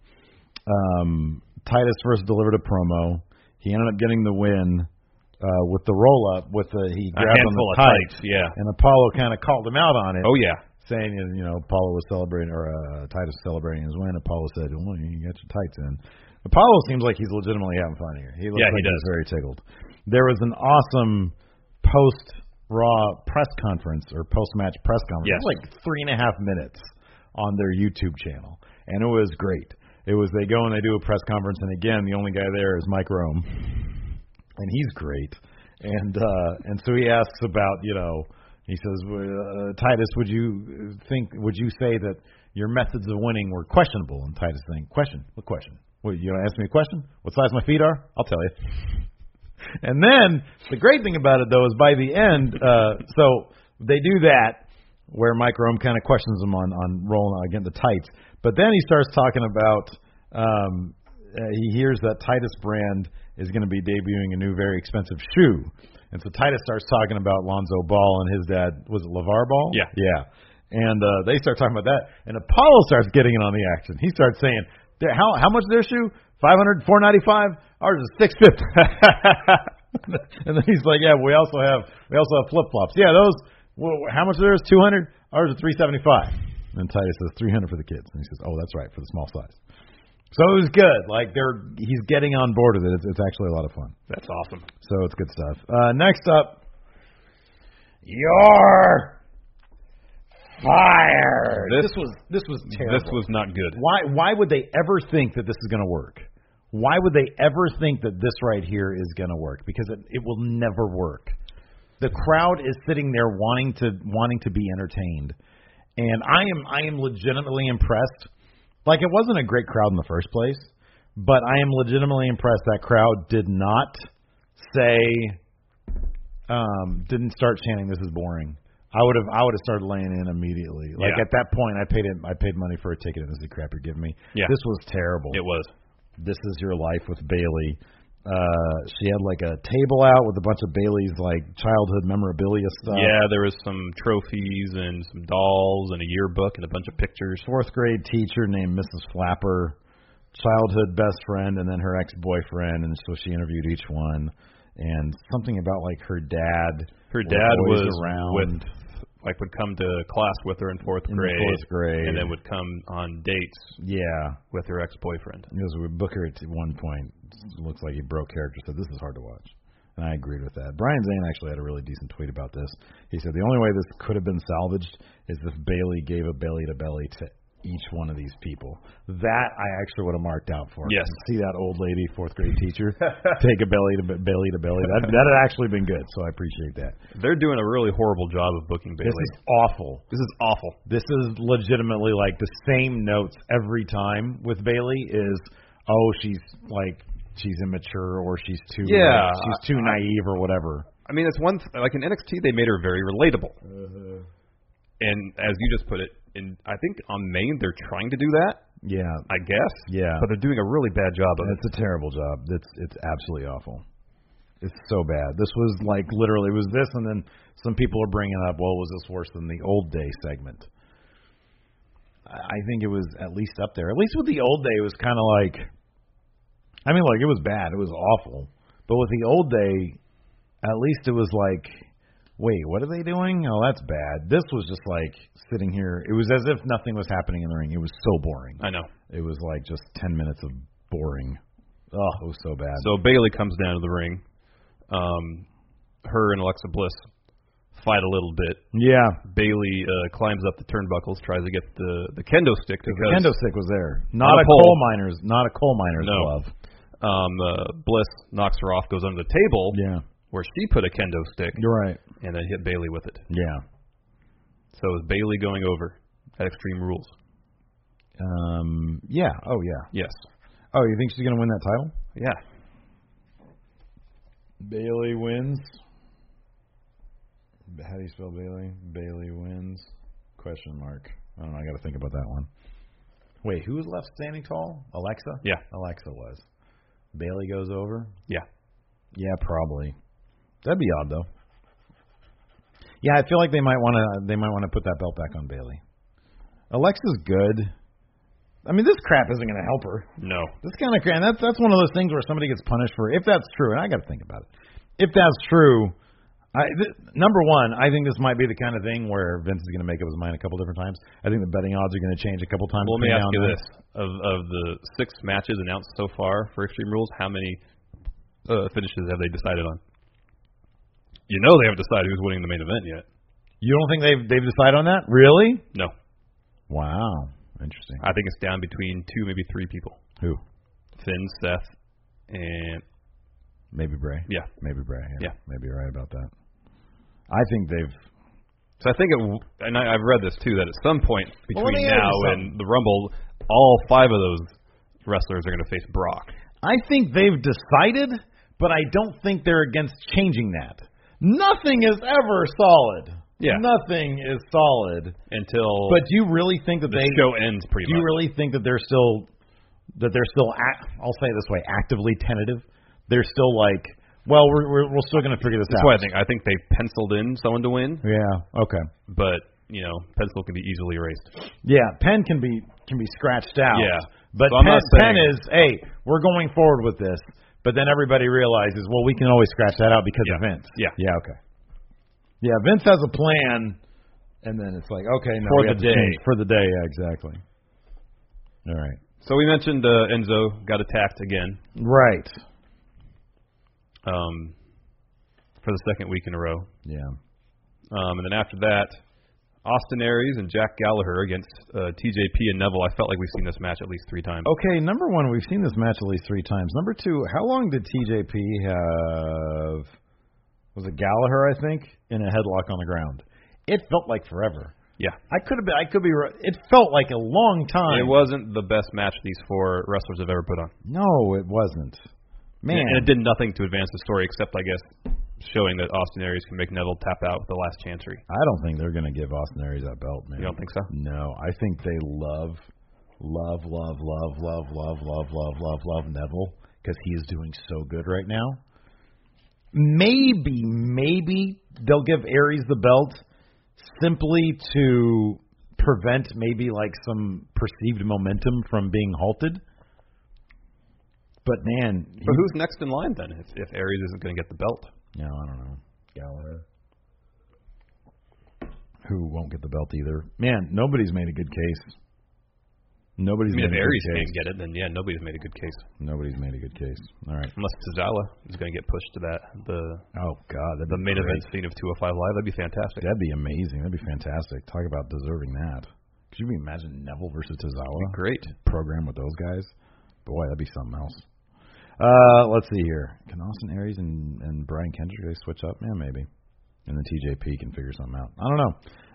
A: Um, Titus first delivered a promo. He ended up getting the win uh, with the roll up with the he
B: A
A: grabbed on
B: handful
A: the
B: of
A: tights,
B: tights. Yeah.
A: and Apollo kind of called him out on it
B: Oh yeah.
A: saying you know Apollo was celebrating or uh, Titus celebrating his win. Apollo said, "Well, you got your tights in." Apollo seems like he's legitimately having fun here. He looks
B: Yeah, he
A: like
B: does.
A: he's very tickled. There was an awesome post Raw press conference or post match press conference.
B: Yes.
A: It was like three and a half minutes on their YouTube channel, and it was great. It was they go and they do a press conference, and again, the only guy there is Mike Rome and he's great. And uh and so he asks about you know he says uh, Titus, would you think would you say that your methods of winning were questionable? And Titus saying, question, what question? What you gonna ask me a question? What size my feet are? I'll tell you. And then the great thing about it though is by the end, uh, so they do that where Mike Rome kind of questions him on on rolling out against the tights, but then he starts talking about um, uh, he hears that Titus Brand is going to be debuting a new very expensive shoe, and so Titus starts talking about Lonzo Ball and his dad was it Levar Ball?
B: Yeah.
A: yeah. And uh, they start talking about that, and Apollo starts getting in on the action. He starts saying, "There- "How how much their shoe? Five hundred, four ninety five. Ours is six fifty. and then he's like, "Yeah, we also have we also have flip flops. Yeah, those. wh- How much are theirs? Two hundred. Ours are three seventy five. And Titus says three hundred for the kids, and he says, "Oh, that's right for the small size." So it was good. Like they're he's getting on board with it. It's, it's actually a lot of fun.
B: That's awesome.
A: So it's good stuff. Uh, next up, your fire. This, was this was terrible.
B: This was not good.
A: why why would they ever think that this is going to work? Why would they ever think that this right here is going to work? Because it, it will never work. The crowd is sitting there wanting to wanting to be entertained, and I am I am legitimately impressed. Like it wasn't a great crowd in the first place, but I am legitimately impressed that crowd did not say um didn't start chanting this is boring. I would have I would have started laying in immediately. Like
B: Yeah.
A: at that point I paid it I paid money for a ticket and this is the crap you're giving me.
B: Yeah.
A: This was terrible.
B: It was.
A: This is your life with Bailey. Uh she had like a table out with a bunch of Bailey's like childhood memorabilia stuff.
B: yeah, there was some trophies and some dolls and a yearbook and a bunch of pictures.
A: Fourth grade teacher named Mrs. Flapper, childhood best friend and then her ex boyfriend and so she interviewed each one and something about like her dad
B: Her
A: was
B: dad
A: always
B: was
A: around
B: with like would come to class with her in fourth
A: In
B: grade,
A: fourth grade.
B: and then would come on dates
A: yeah.
B: with her ex-boyfriend.
A: It was with Booker at one point. It looks like he broke character, so this is hard to watch. And I agreed with that. Brian Zane actually had a really decent tweet about this. He said the only way this could have been salvaged is if Bailey gave a belly to belly to each one of these people. That I actually would have marked out for.
B: Yes.
A: See that old lady, fourth grade teacher, take a belly to belly to belly. That that had actually been good. So I appreciate that.
B: They're doing a really horrible job of booking Bailey.
A: This is awful.
B: This is awful.
A: This is legitimately like the same notes every time with Bailey is oh she's like she's immature or she's too
B: Yeah,
A: she's too naive or whatever.
B: I mean, it's one th- like in NXT they made her very relatable.
A: Mm-hmm.
B: And as you just put it, and I think on Maine they're trying to do that,
A: Yeah.
B: I guess.
A: Yeah.
B: But they're doing a really bad job of
A: And
B: it.
A: it's a terrible job. It's it's absolutely awful. It's so bad. This was like literally it was this and then some people are bringing up well was this worse than the old day segment. I I think it was at least up there. At least with the old day it was kind of like I mean like it was bad. It was awful. But with the old day at least it was like, wait, what are they doing? Oh, that's bad. This was just like sitting here. It was as if nothing was happening in the ring. It was so boring.
B: I know.
A: It was like just 10 minutes of boring. Oh, it was so bad.
B: So Bailey comes down to the ring. Um, her and Alexa Bliss fight a little bit.
A: yeah.
B: Bailey uh, climbs up the turnbuckles, tries to get the the kendo stick
A: The
B: because
A: kendo stick was there. Not
B: a
A: a,
B: pole.
A: coal miner's, not a coal miner's
B: No.
A: glove.
B: um, uh, Bliss knocks her off, goes under the table
A: Yeah.
B: where she put a kendo stick,
A: You're right.
B: and then hit Bailey with it.
A: Yeah.
B: So is Bailey going over at Extreme Rules?
A: Um, yeah. Oh, yeah.
B: Yes.
A: Oh, you think she's going to win that title?
B: Yeah.
A: Bailey wins. How do you spell Bailey? Bailey wins. Question mark. I don't know. I got to think about that one. Wait, who was left standing tall? Alexa.
B: Yeah.
A: Alexa was. Bailey goes over.
B: Yeah.
A: Yeah, probably. That'd be odd though. Yeah, I feel like they might want to. They might want to put that belt back on Bailey. Alexa's good. I mean, this crap isn't going to help her.
B: No.
A: This kind of crap. That's that's one of those things where somebody gets punished for. If that's true, and I got to think about it. If that's true, I th- number one, I think this might be the kind of thing where Vince is going to make up his mind a couple different times. I think the betting odds are going to change a couple times.
B: Well, let me
A: between now
B: ask
A: and
B: you
A: then.
B: this: of of the six matches announced so far for Extreme Rules, how many uh, finishes have they decided on? You know they haven't decided who's winning the main event yet.
A: You don't think they've they've decided on that? Really?
B: No,
A: Wow, interesting.
B: I think it's down between two, maybe three people:
A: Who?
B: Finn, Seth, and
A: Maybe Bray.
B: yeah.
A: Maybe Bray.
B: Yeah.
A: Yeah. Maybe you're right about that. I think they've.
B: So I think, it, w- and I, I've read this too, that at some point
A: Well, let me
B: between
A: ask you
B: now and the Rumble, all five of those wrestlers are going to face Brock.
A: I think they've decided, but I don't think they're against changing that. Nothing is ever solid.
B: Yeah.
A: Nothing is solid.
B: until
A: But do you really think that
B: the
A: they?
B: show ends pretty
A: do you
B: much.
A: really think that they're still that they're still? Act, I'll say it this way: actively tentative. They're still like, well, we're we're, we're still going to figure this
B: That's
A: out.
B: why I think I think they penciled in someone to win,
A: Yeah. Okay.
B: but you know, pencil can be easily erased.
A: Yeah, Penn can be can be scratched out.
B: Yeah.
A: but
B: So I'm
A: Penn,
B: not saying-
A: Penn is hey, we're going forward with this. But then everybody realizes, well, we can always scratch that out because of
B: Yeah.
A: Vince.
B: Yeah.
A: yeah, okay. Yeah, Vince has a plan, and then it's like, okay, no,
B: For
A: we
B: the
A: have to
B: day.
A: change for the day, yeah, exactly. All right,
B: So we mentioned uh, Enzo got attacked again
A: right,
B: um, for the second week in a row,
A: yeah,
B: um, and then after that, Austin Aries and Jack Gallagher against uh, TJP and Neville. I felt like we've seen this match at least three times.
A: okay. Number one, we've seen this match at least three times. Number two, how long did TJP have? Was it Gallagher? I think in a headlock on the ground. It felt like forever.
B: Yeah,
A: I could have been. I could be. wrong. It felt like a long time.
B: it wasn't the best match these four wrestlers have ever put on,
A: No, it wasn't. Man,
B: and it did nothing to advance the story except, I guess, showing that Austin Aries can make Neville tap out with the last chancery.
A: I don't think they're going to give Austin Aries that belt, man.
B: You don't think so?
A: No, I think they love, love, love, love, love, love, love, love, love, love Neville because he is doing so good right now. Maybe, maybe they'll give Aries the belt simply to prevent maybe like some perceived momentum from being halted. But man, he-
B: But who's next in line then? If, if Aries isn't going to get the belt,
A: No, I don't know. Gallagher. who won't get the belt either. Man, nobody's made a good case. Nobody's
B: I mean,
A: made
B: if
A: a
B: Aries
A: good case.
B: can't get it, then yeah, nobody's made a good case
A: Nobody's made a good case. All right.
B: unless Tozawa is going to get pushed to that the
A: Oh God, that'd
B: the
A: be
B: main
A: great.
B: event scene of 205 Live. That'd be fantastic.
A: That'd be amazing. That'd be fantastic. Talk about deserving that. Could you imagine Neville versus Tozawa?
B: Great.
A: Program with those guys. Boy, that'd be something else. Uh, let's see here. Can Austin Aries and, and Brian Kendrick they switch up? Man, maybe. And then TJP can figure something out. I don't know.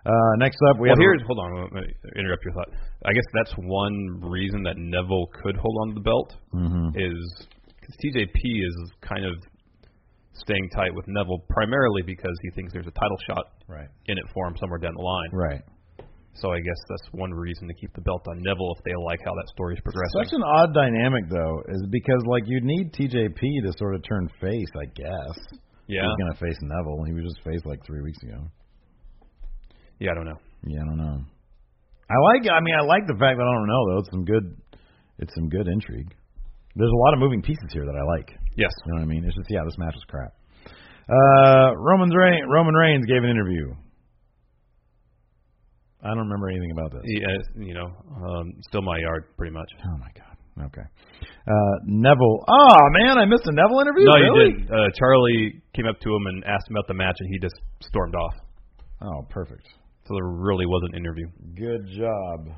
A: Uh, next up, we
B: Well,
A: have
B: here's hold on. let me Interrupt your thought. I guess that's one reason that Neville could hold on to the belt
A: Mhm.
B: is because TJP is kind of staying tight with Neville primarily because he thinks there's a title shot
A: right,
B: in it for him somewhere down the line.
A: right.
B: So I guess that's one reason to keep the belt on Neville if they like how that story's
A: Such
B: progressing.
A: an odd dynamic though, is because like you'd need TJP to sort of turn face, I guess.
B: yeah,
A: He's gonna face Neville. He was just faced like three weeks ago.
B: yeah, I don't know.
A: Yeah, I don't know. I like. I mean, I like the fact that I don't know though. It's some good. It's some good intrigue. There's a lot of moving pieces here that I like. You
B: Yes,
A: know what I mean? It's just yeah, this match was crap. Uh, Roman's Reign, Roman Reigns gave an interview. I don't remember anything about this.
B: yeah, uh, you know, um, still my yard pretty much.
A: Oh my god. Okay. Uh, Neville. Oh man, I missed a Neville interview.
B: No,
A: really?
B: you didn't. Uh, Charlie came up to him and asked him about the match, and he just stormed off.
A: Oh, perfect.
B: So there really was an interview.
A: Good job,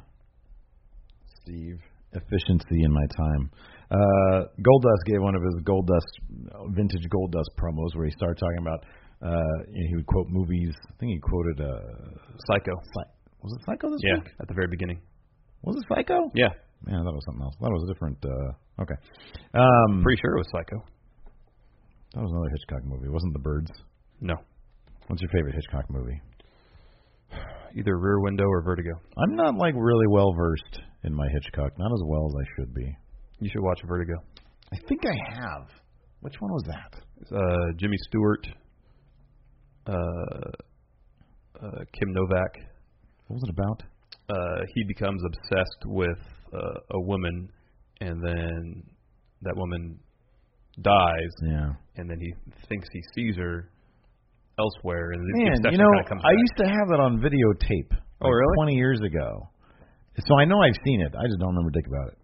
A: Steve. Efficiency in my time. Uh, Goldust gave one of his Goldust vintage Goldust promos where he started talking about uh, you know, he would quote movies. I think he quoted uh,
B: Psycho.
A: Psy- was it Psycho this
B: Yeah,
A: week?
B: at the very beginning.
A: Was it Psycho?
B: Yeah,
A: Man, I thought it was something else. That was a different. Uh, okay. Um,
B: pretty sure it was Psycho.
A: that was another Hitchcock movie. It wasn't The Birds.
B: No,
A: What's your favorite Hitchcock movie?
B: either Rear Window or Vertigo.
A: I'm not like really well versed in my Hitchcock. Not as well as I should be.
B: You should watch Vertigo.
A: I think I have. Which one was that?
B: Uh, Jimmy Stewart, uh, uh, Kim Novak.
A: What was it about?
B: Uh, he becomes obsessed with uh, a woman, and then that woman dies,
A: Yeah.
B: and then he thinks he sees her elsewhere, and the
A: Man,
B: obsession
A: you know,
B: kind of comes
A: I
B: back.
A: used to have that on videotape.
B: Oh,
A: like 20
B: really?
A: years ago. So I know I've seen it. I just don't remember dick about it.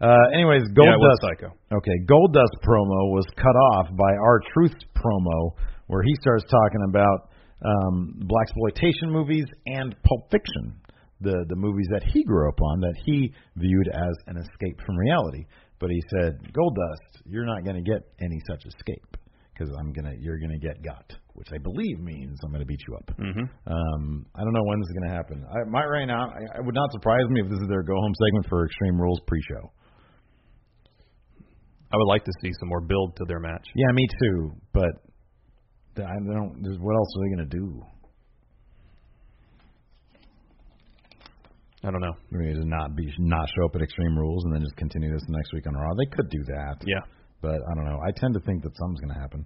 A: Uh, anyways, Gold
B: yeah, it was
A: Dust.
B: Psycho.
A: Okay, Gold Dust promo was cut off by our Truth promo, where he starts talking about um, black exploitation movies and Pulp Fiction, the the movies that he grew up on that he viewed as an escape from reality. But he said, Gold Dust, you're not going to get any such escape because I'm gonna you're gonna get got, which I believe means I'm gonna beat you up.
B: Mm-hmm.
A: Um, I don't know when this is going to happen. I, my right now, I, it would not surprise me if this is their go home segment for Extreme Rules pre-show.
B: I would like to see some more build to their match.
A: Yeah, me too. But th- I don't. there's- What else are they going to do?
B: I don't know.
A: I mean, just not be not show up at Extreme Rules and then just continue this next week on Raw. They could do that.
B: Yeah.
A: But I don't know. I tend to think that something's going to happen.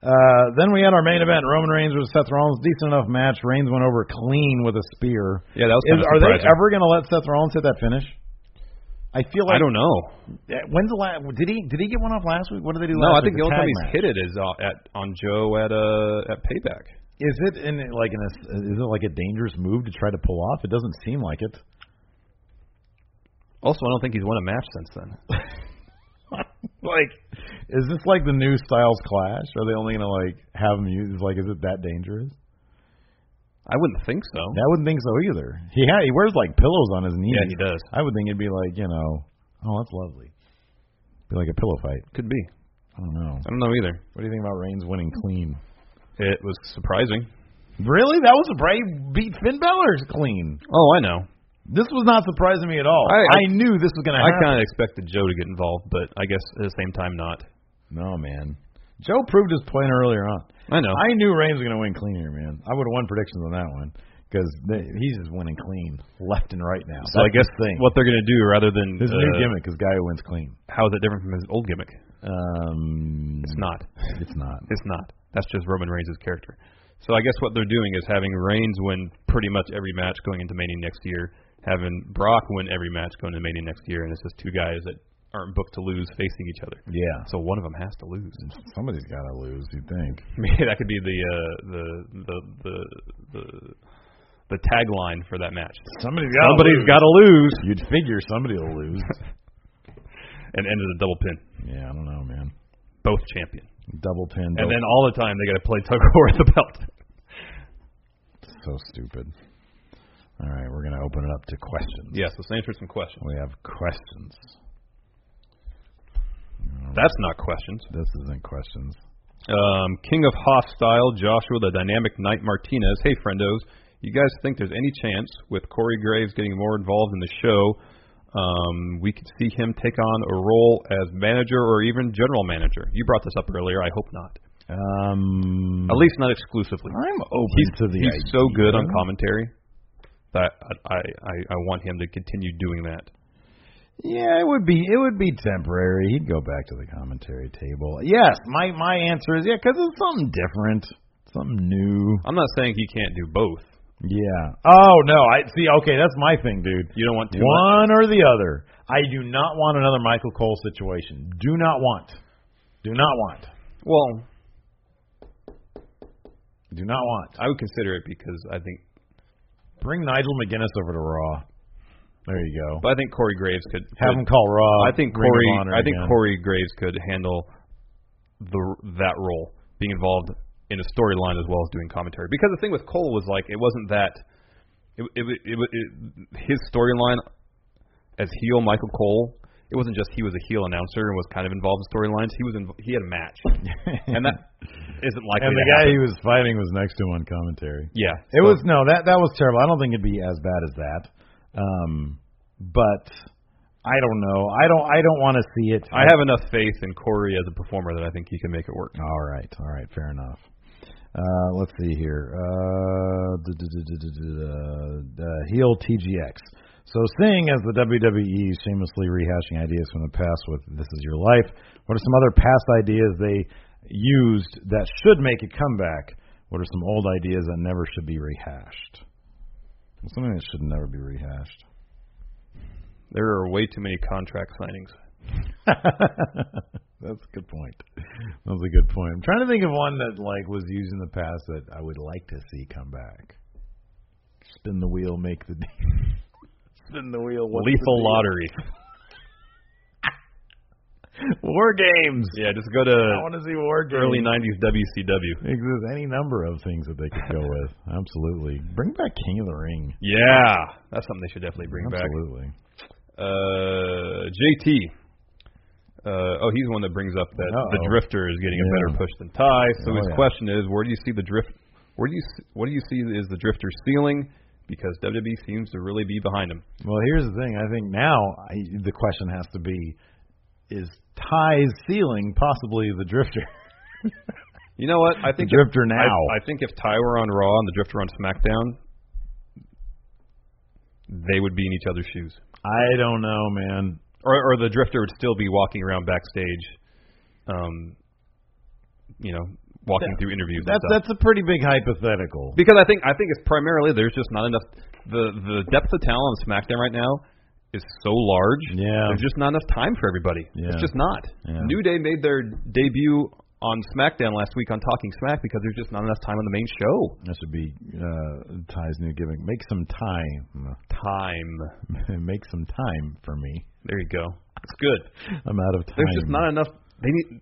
A: Uh, then we had our main event: Roman Reigns versus Seth Rollins. Decent enough match. Reigns went over clean with a spear.
B: Yeah, that was
A: Is,
B: kinda
A: are they
B: surprising.
A: ever going to let Seth Rollins hit that finish? I feel like
B: I don't know.
A: Yeah, When's the last? Did he did he get one off last week? What did they do
B: No,
A: last
B: I think
A: week?
B: the
A: tag
B: only time he's
A: match.
B: hit it is uh, at on Joe at uh at Payback.
A: Is it in like an is it like a dangerous move to try to pull off? It doesn't seem like it.
B: Also, I don't think he's won a match since then.
A: like, is this like the new Styles Clash? Are they only gonna like have him use? Like, is it that dangerous?
B: I wouldn't think so.
A: I wouldn't think so either. He ha he wears like pillows on his knees.
B: Yeah, he does.
A: I would think it'd be like you know, oh that's lovely. Be like a pillow fight.
B: Could be.
A: I don't know.
B: I don't know either.
A: What do you think about Reigns winning clean?
B: It was surprising.
A: Really, that was a brave beat Finn Balor's clean.
B: Oh, I know.
A: This was not surprising me at all.
B: I- I-
A: knew this was going to
B: I
A: happen.
B: kind of expected Joe to get involved, but I guess at the same time not.
A: no, man. Joe proved his point earlier on.
B: I know.
A: I knew Reigns was going to win clean here, man. I would have won predictions on that one because he's just winning clean left and right now.
B: so I
A: That's
B: guess
A: the thing.
B: what they're gonna do rather than
A: his new
B: uh,
A: gimmick is guy who wins clean.
B: How is it different from his old gimmick?
A: Um,
B: It's not.
A: It's not.
B: It's not. That's just Roman Reigns' character. So I guess what they're doing is having Reigns win pretty much every match going into Mania next year, having Brock win every match going into Mania next year, and it's just two guys that aren't booked to lose facing each other.
A: Yeah,
B: So one of them has to lose.
A: somebody's got to lose. You think?
B: Maybe that could be the uh, the the the the the tagline for that match.
A: Somebody's got
B: Somebody's got to lose,
A: You'd figure somebody will lose.
B: and ended a double pin.
A: yeah, I don't know, man.
B: Both champion.
A: Double pin.
B: And
A: double-
B: then all the time they got to play tug of war at the belt.
A: so stupid. All right, we're gonna open it up to questions.
B: Yeah, so thanks for some questions.
A: We have questions.
B: That's not questions.
A: This isn't questions.
B: Um, King of Hoff style, Joshua the Dynamic Knight Martinez. Hey, friendos. You guys think there's any chance with Corey Graves getting more involved in the show, um, we could see him take on a role as manager or even general manager? You brought this up earlier. I hope not.
A: Um,
B: At least not exclusively.
A: Mm-hmm. I'm open
B: he's
A: to the
B: he's
A: idea.
B: so good on commentary that I, I I I want him to continue doing that.
A: Yeah, it would be it would be temporary. He'd go back to the commentary table. Yes, my my answer is yeah, because it's something different, something new.
B: I'm not saying he can't do both.
A: Yeah. Oh no, I see. Okay, that's my thing, dude.
B: You don't want too much.
A: One or the other. I do not want another Michael Cole situation. Do not want. Do not want.
B: Well,
A: Do not want.
B: I would consider it because I think
A: Bring Nigel McGuinness over to Raw. There you go.
B: But I think Corey Graves could
A: Have him call Raw.
B: I think
A: Ring of
B: Corey.
A: Honor
B: I think
A: again.
B: Corey Graves could handle the that role, being involved in a storyline as well as doing commentary. Because the thing with Cole was like it wasn't that it it, it, it, his storyline as heel Michael Cole. It wasn't just he was a heel announcer and was kind of involved in storylines. He was inv- he had a match, and that isn't
A: And
B: likely. to
A: the guy
B: happen.
A: he was fighting was next to him on commentary.
B: yeah,
A: It
B: so-
A: was no that that was terrible. I don't think it'd be as bad as that. Um, but I don't know. I don't. I don't want to see it.
B: I have enough faith in Corey as a performer that I think he can make it work.
A: All right. All right. Fair enough. Uh, let's see here. Uh, duh, duh, duh, duh, duh, duh, duh, uh, heel TGX. So, seeing as the WWE is shamelessly rehashing ideas from the past with "This Is Your Life," what are some other past ideas they used that should make a comeback? What are some old ideas that never should be rehashed? Well, something that should never be rehashed.
B: There are way too many contract signings.
A: That's a good point. That was a good point. I'm trying to think of one that like was used in the past that I would like to see come back. Spin the wheel, make the spin the wheel. what's the
B: Lethal
A: deal?
B: Lottery.
A: War games.
B: Yeah, just go
A: I
B: to
A: want to see war games.
B: early '90s WCW.
A: Exists any number of things that they could go with. Absolutely. Bring back King of the Ring.
B: Yeah, that's something they should definitely bring
A: Absolutely.
B: back. Uh, JT. Uh, oh, he's the one that brings up that the
A: Uh-oh.
B: Drifter is getting a
A: Yeah.
B: better push than Ty. So
A: Oh,
B: his
A: yeah.
B: question is, where do you see the drift? Where do you s- what do you see is the Drifter's ceiling? Because WWE seems to really be behind him.
A: Well, here's the thing. I think now I, the question has to be: Is Ty's ceiling possibly the Drifter?
B: You know what? I think
A: The Drifter
B: if,
A: now.
B: I, I think if Ty were on Raw and the Drifter on SmackDown, they would be in each other's shoes.
A: I don't know, man.
B: or or the drifter would still be walking around backstage, um, you know, walking
A: That-
B: through interviews.
A: That's
B: and stuff.
A: that's a pretty big hypothetical.
B: because I think I think it's primarily there's just not enough the the depth of talent on SmackDown right now is so large.
A: Yeah.
B: there's just not enough time for everybody.
A: Yeah.
B: It's just not.
A: Yeah.
B: New Day made their debut on SmackDown last week on Talking Smack because there's just not enough time on the main show.
A: That should be uh, Ty's new gimmick. Make some time.
B: Time.
A: Make some time for me.
B: There you go. It's good.
A: I'm out of time.
B: There's just not enough. They need.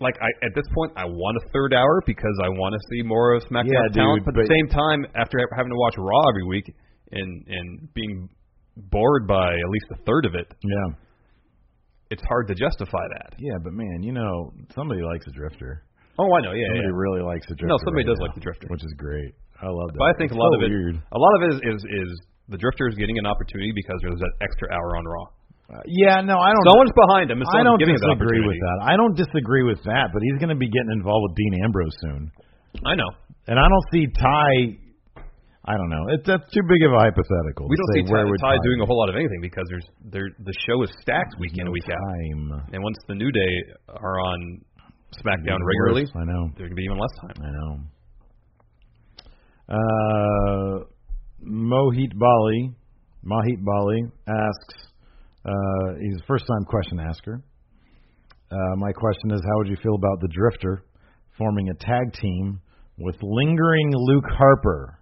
B: Like I, at this point, I want a third hour because I want to see more of SmackDown
A: Yeah, dude,
B: talent. But at
A: but-
B: the same time, after having to watch Raw every week and and being bored by at least a third of it,
A: Yeah,
B: it's hard to justify that.
A: yeah, but man, you know, somebody likes a drifter.
B: Oh, I know, yeah,
A: Somebody
B: yeah.
A: really likes a drifter.
B: somebody
A: right
B: does
A: now,
B: like the drifter.
A: which is great. I love that.
B: But I think a lot of it,
A: Weird.
B: a lot of it is, is is the Drifter is getting an opportunity because there's that extra hour on Raw.
A: Uh, yeah, no, I don't.
B: Someone's behind him. And
A: I
B: someone's
A: don't
B: giving him the
A: disagree with
B: opportunity.
A: that. I don't disagree with that. But he's going to be getting involved with Dean Ambrose soon.
B: I know.
A: And I don't see Ty. I don't know. It's that's too big of a hypothetical.
B: We
A: to
B: don't
A: say
B: see
A: where
B: Ty,
A: would
B: Ty doing a whole lot of anything because there's there the show is stacked week in
A: no
B: and week out.
A: time.
B: And once the New Day are on SmackDown
A: Even
B: regularly,
A: worse, I know.
B: there's gonna be even less time.
A: I know. Uh, Mohit Bali, Mohit Bali asks. Uh, he's a first-time question asker. Uh, my question is, how would you feel about the Drifter forming a tag team with lingering Luke Harper?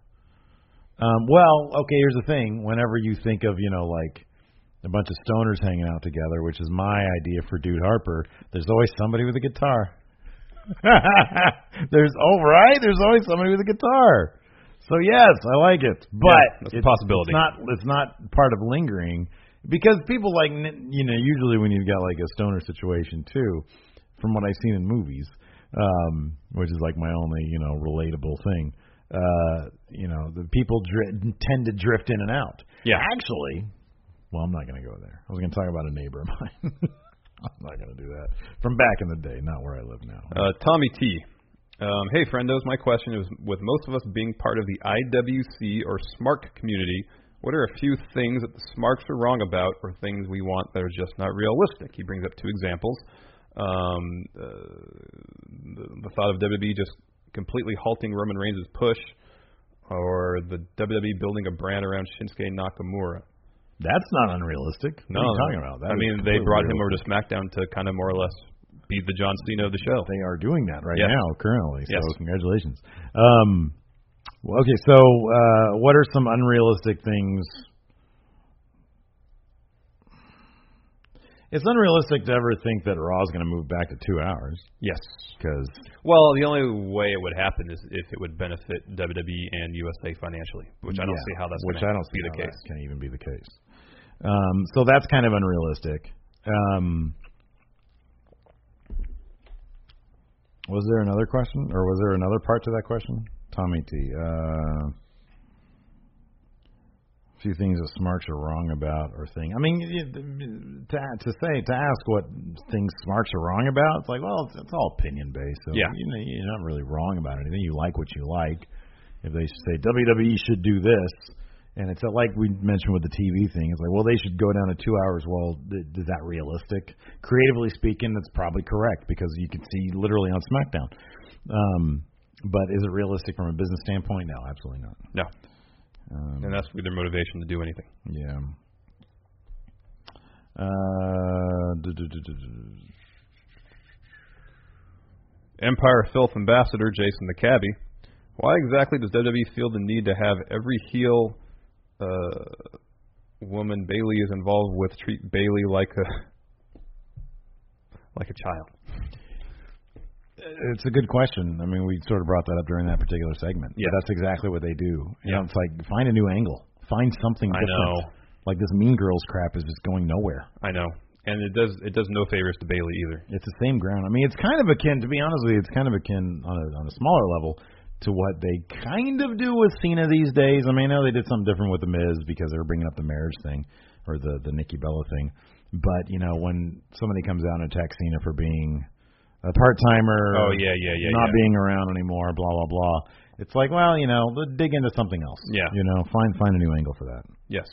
A: Um, well, okay, here's the thing. Whenever you think of, you know, like a bunch of stoners hanging out together, which is my idea for Dude Harper, there's always somebody with a guitar. there's oh right, there's always somebody with a guitar. So yes, I like it, but
B: that's a
A: it's,
B: possibility.
A: It's not it's not part of lingering because people like n- you know usually when you've got like a stoner situation too, from what I've seen in movies, um, which is like my only you know relatable thing. Uh, you know, the people dri- tend to drift in and out.
B: Yeah.
A: Actually, well, I'm not going to go there. I was going to talk about a neighbor of mine. I'm not going to do that. From back in the day, not where I live now.
B: Uh, Tommy T. Um, hey, friendos, my question is with most of us being part of the IWC or SMARC community, what are a few things that the SMARCs are wrong about or things we want that are just not realistic? He brings up two examples. Um, uh, the, the thought of WWE just completely halting Roman Reigns' push, or the WWE building a brand around Shinsuke Nakamura.
A: That's not unrealistic. What
B: No,
A: are you talking about? That
B: I
A: is
B: mean, they
A: completely
B: brought him over
A: realistic.
B: to SmackDown to kind of more or less be the John Cena of the show.
A: They are doing that right
B: Yes.
A: now, currently. So
B: Yes.
A: congratulations. Um, well, okay, so uh, what are some unrealistic things? It's unrealistic to ever think that Raw is going to move back to two hours
B: Yes.
A: because
B: Well, the only way it would happen is if it would benefit WWE and USA financially, which I don't see how that's
A: which
B: gonna
A: I don't see
B: be the
A: how
B: case.
A: That can even be the case. Um, so that's kind of unrealistic. Um, was there another question, or was there another part to that question, Tommy T? Uh, a few things that smarks are wrong about or thing. I mean, you- to to say to ask what things smarks are wrong about, it's like, well, it's, it's all opinion based. So
B: Yeah.
A: you know, you're not really wrong about anything. You like what you like. If they say WWE should do this, and it's like we mentioned with the TV thing, it's like, well, they should go down to two hours. Well, th- is that realistic? Creatively speaking, that's probably correct because you can see literally on SmackDown. Um, but is it realistic from a business standpoint? No, absolutely not.
B: No,
A: Um,
B: and that's their motivation to do anything.
A: yeah. Uh, duh, duh, duh, duh, duh.
B: Empire Filth Ambassador Jason the Cabbie. Why exactly does WWE feel the need to have every heel uh, woman Bailey is involved with treat Bailey like a like a child?
A: It's a good question. I mean, we sort of brought that up during that particular segment.
B: Yeah.
A: that's exactly what they do. You
B: Yeah.
A: know, it's like find a new angle, find something
B: I
A: different.
B: know.
A: Like this Mean Girls crap is just going nowhere.
B: I know, and it does it does no favors to Bailey either.
A: It's the same ground. I mean, it's kind of akin, to be honest with you, it's kind of akin on a, on a smaller level to what they kind of do with Cena these days. I mean, I know they did something different with The Miz because they were bringing up the marriage thing or the, the Nikki Bella thing. But, you know, when somebody comes out and attacks Cena for being a part timer,
B: Oh yeah, yeah, yeah.
A: not
B: yeah.
A: being around anymore, blah, blah, blah. It's like, well, you know, let- dig into something else.
B: Yeah.
A: You know, find find a new angle for that.
B: yes.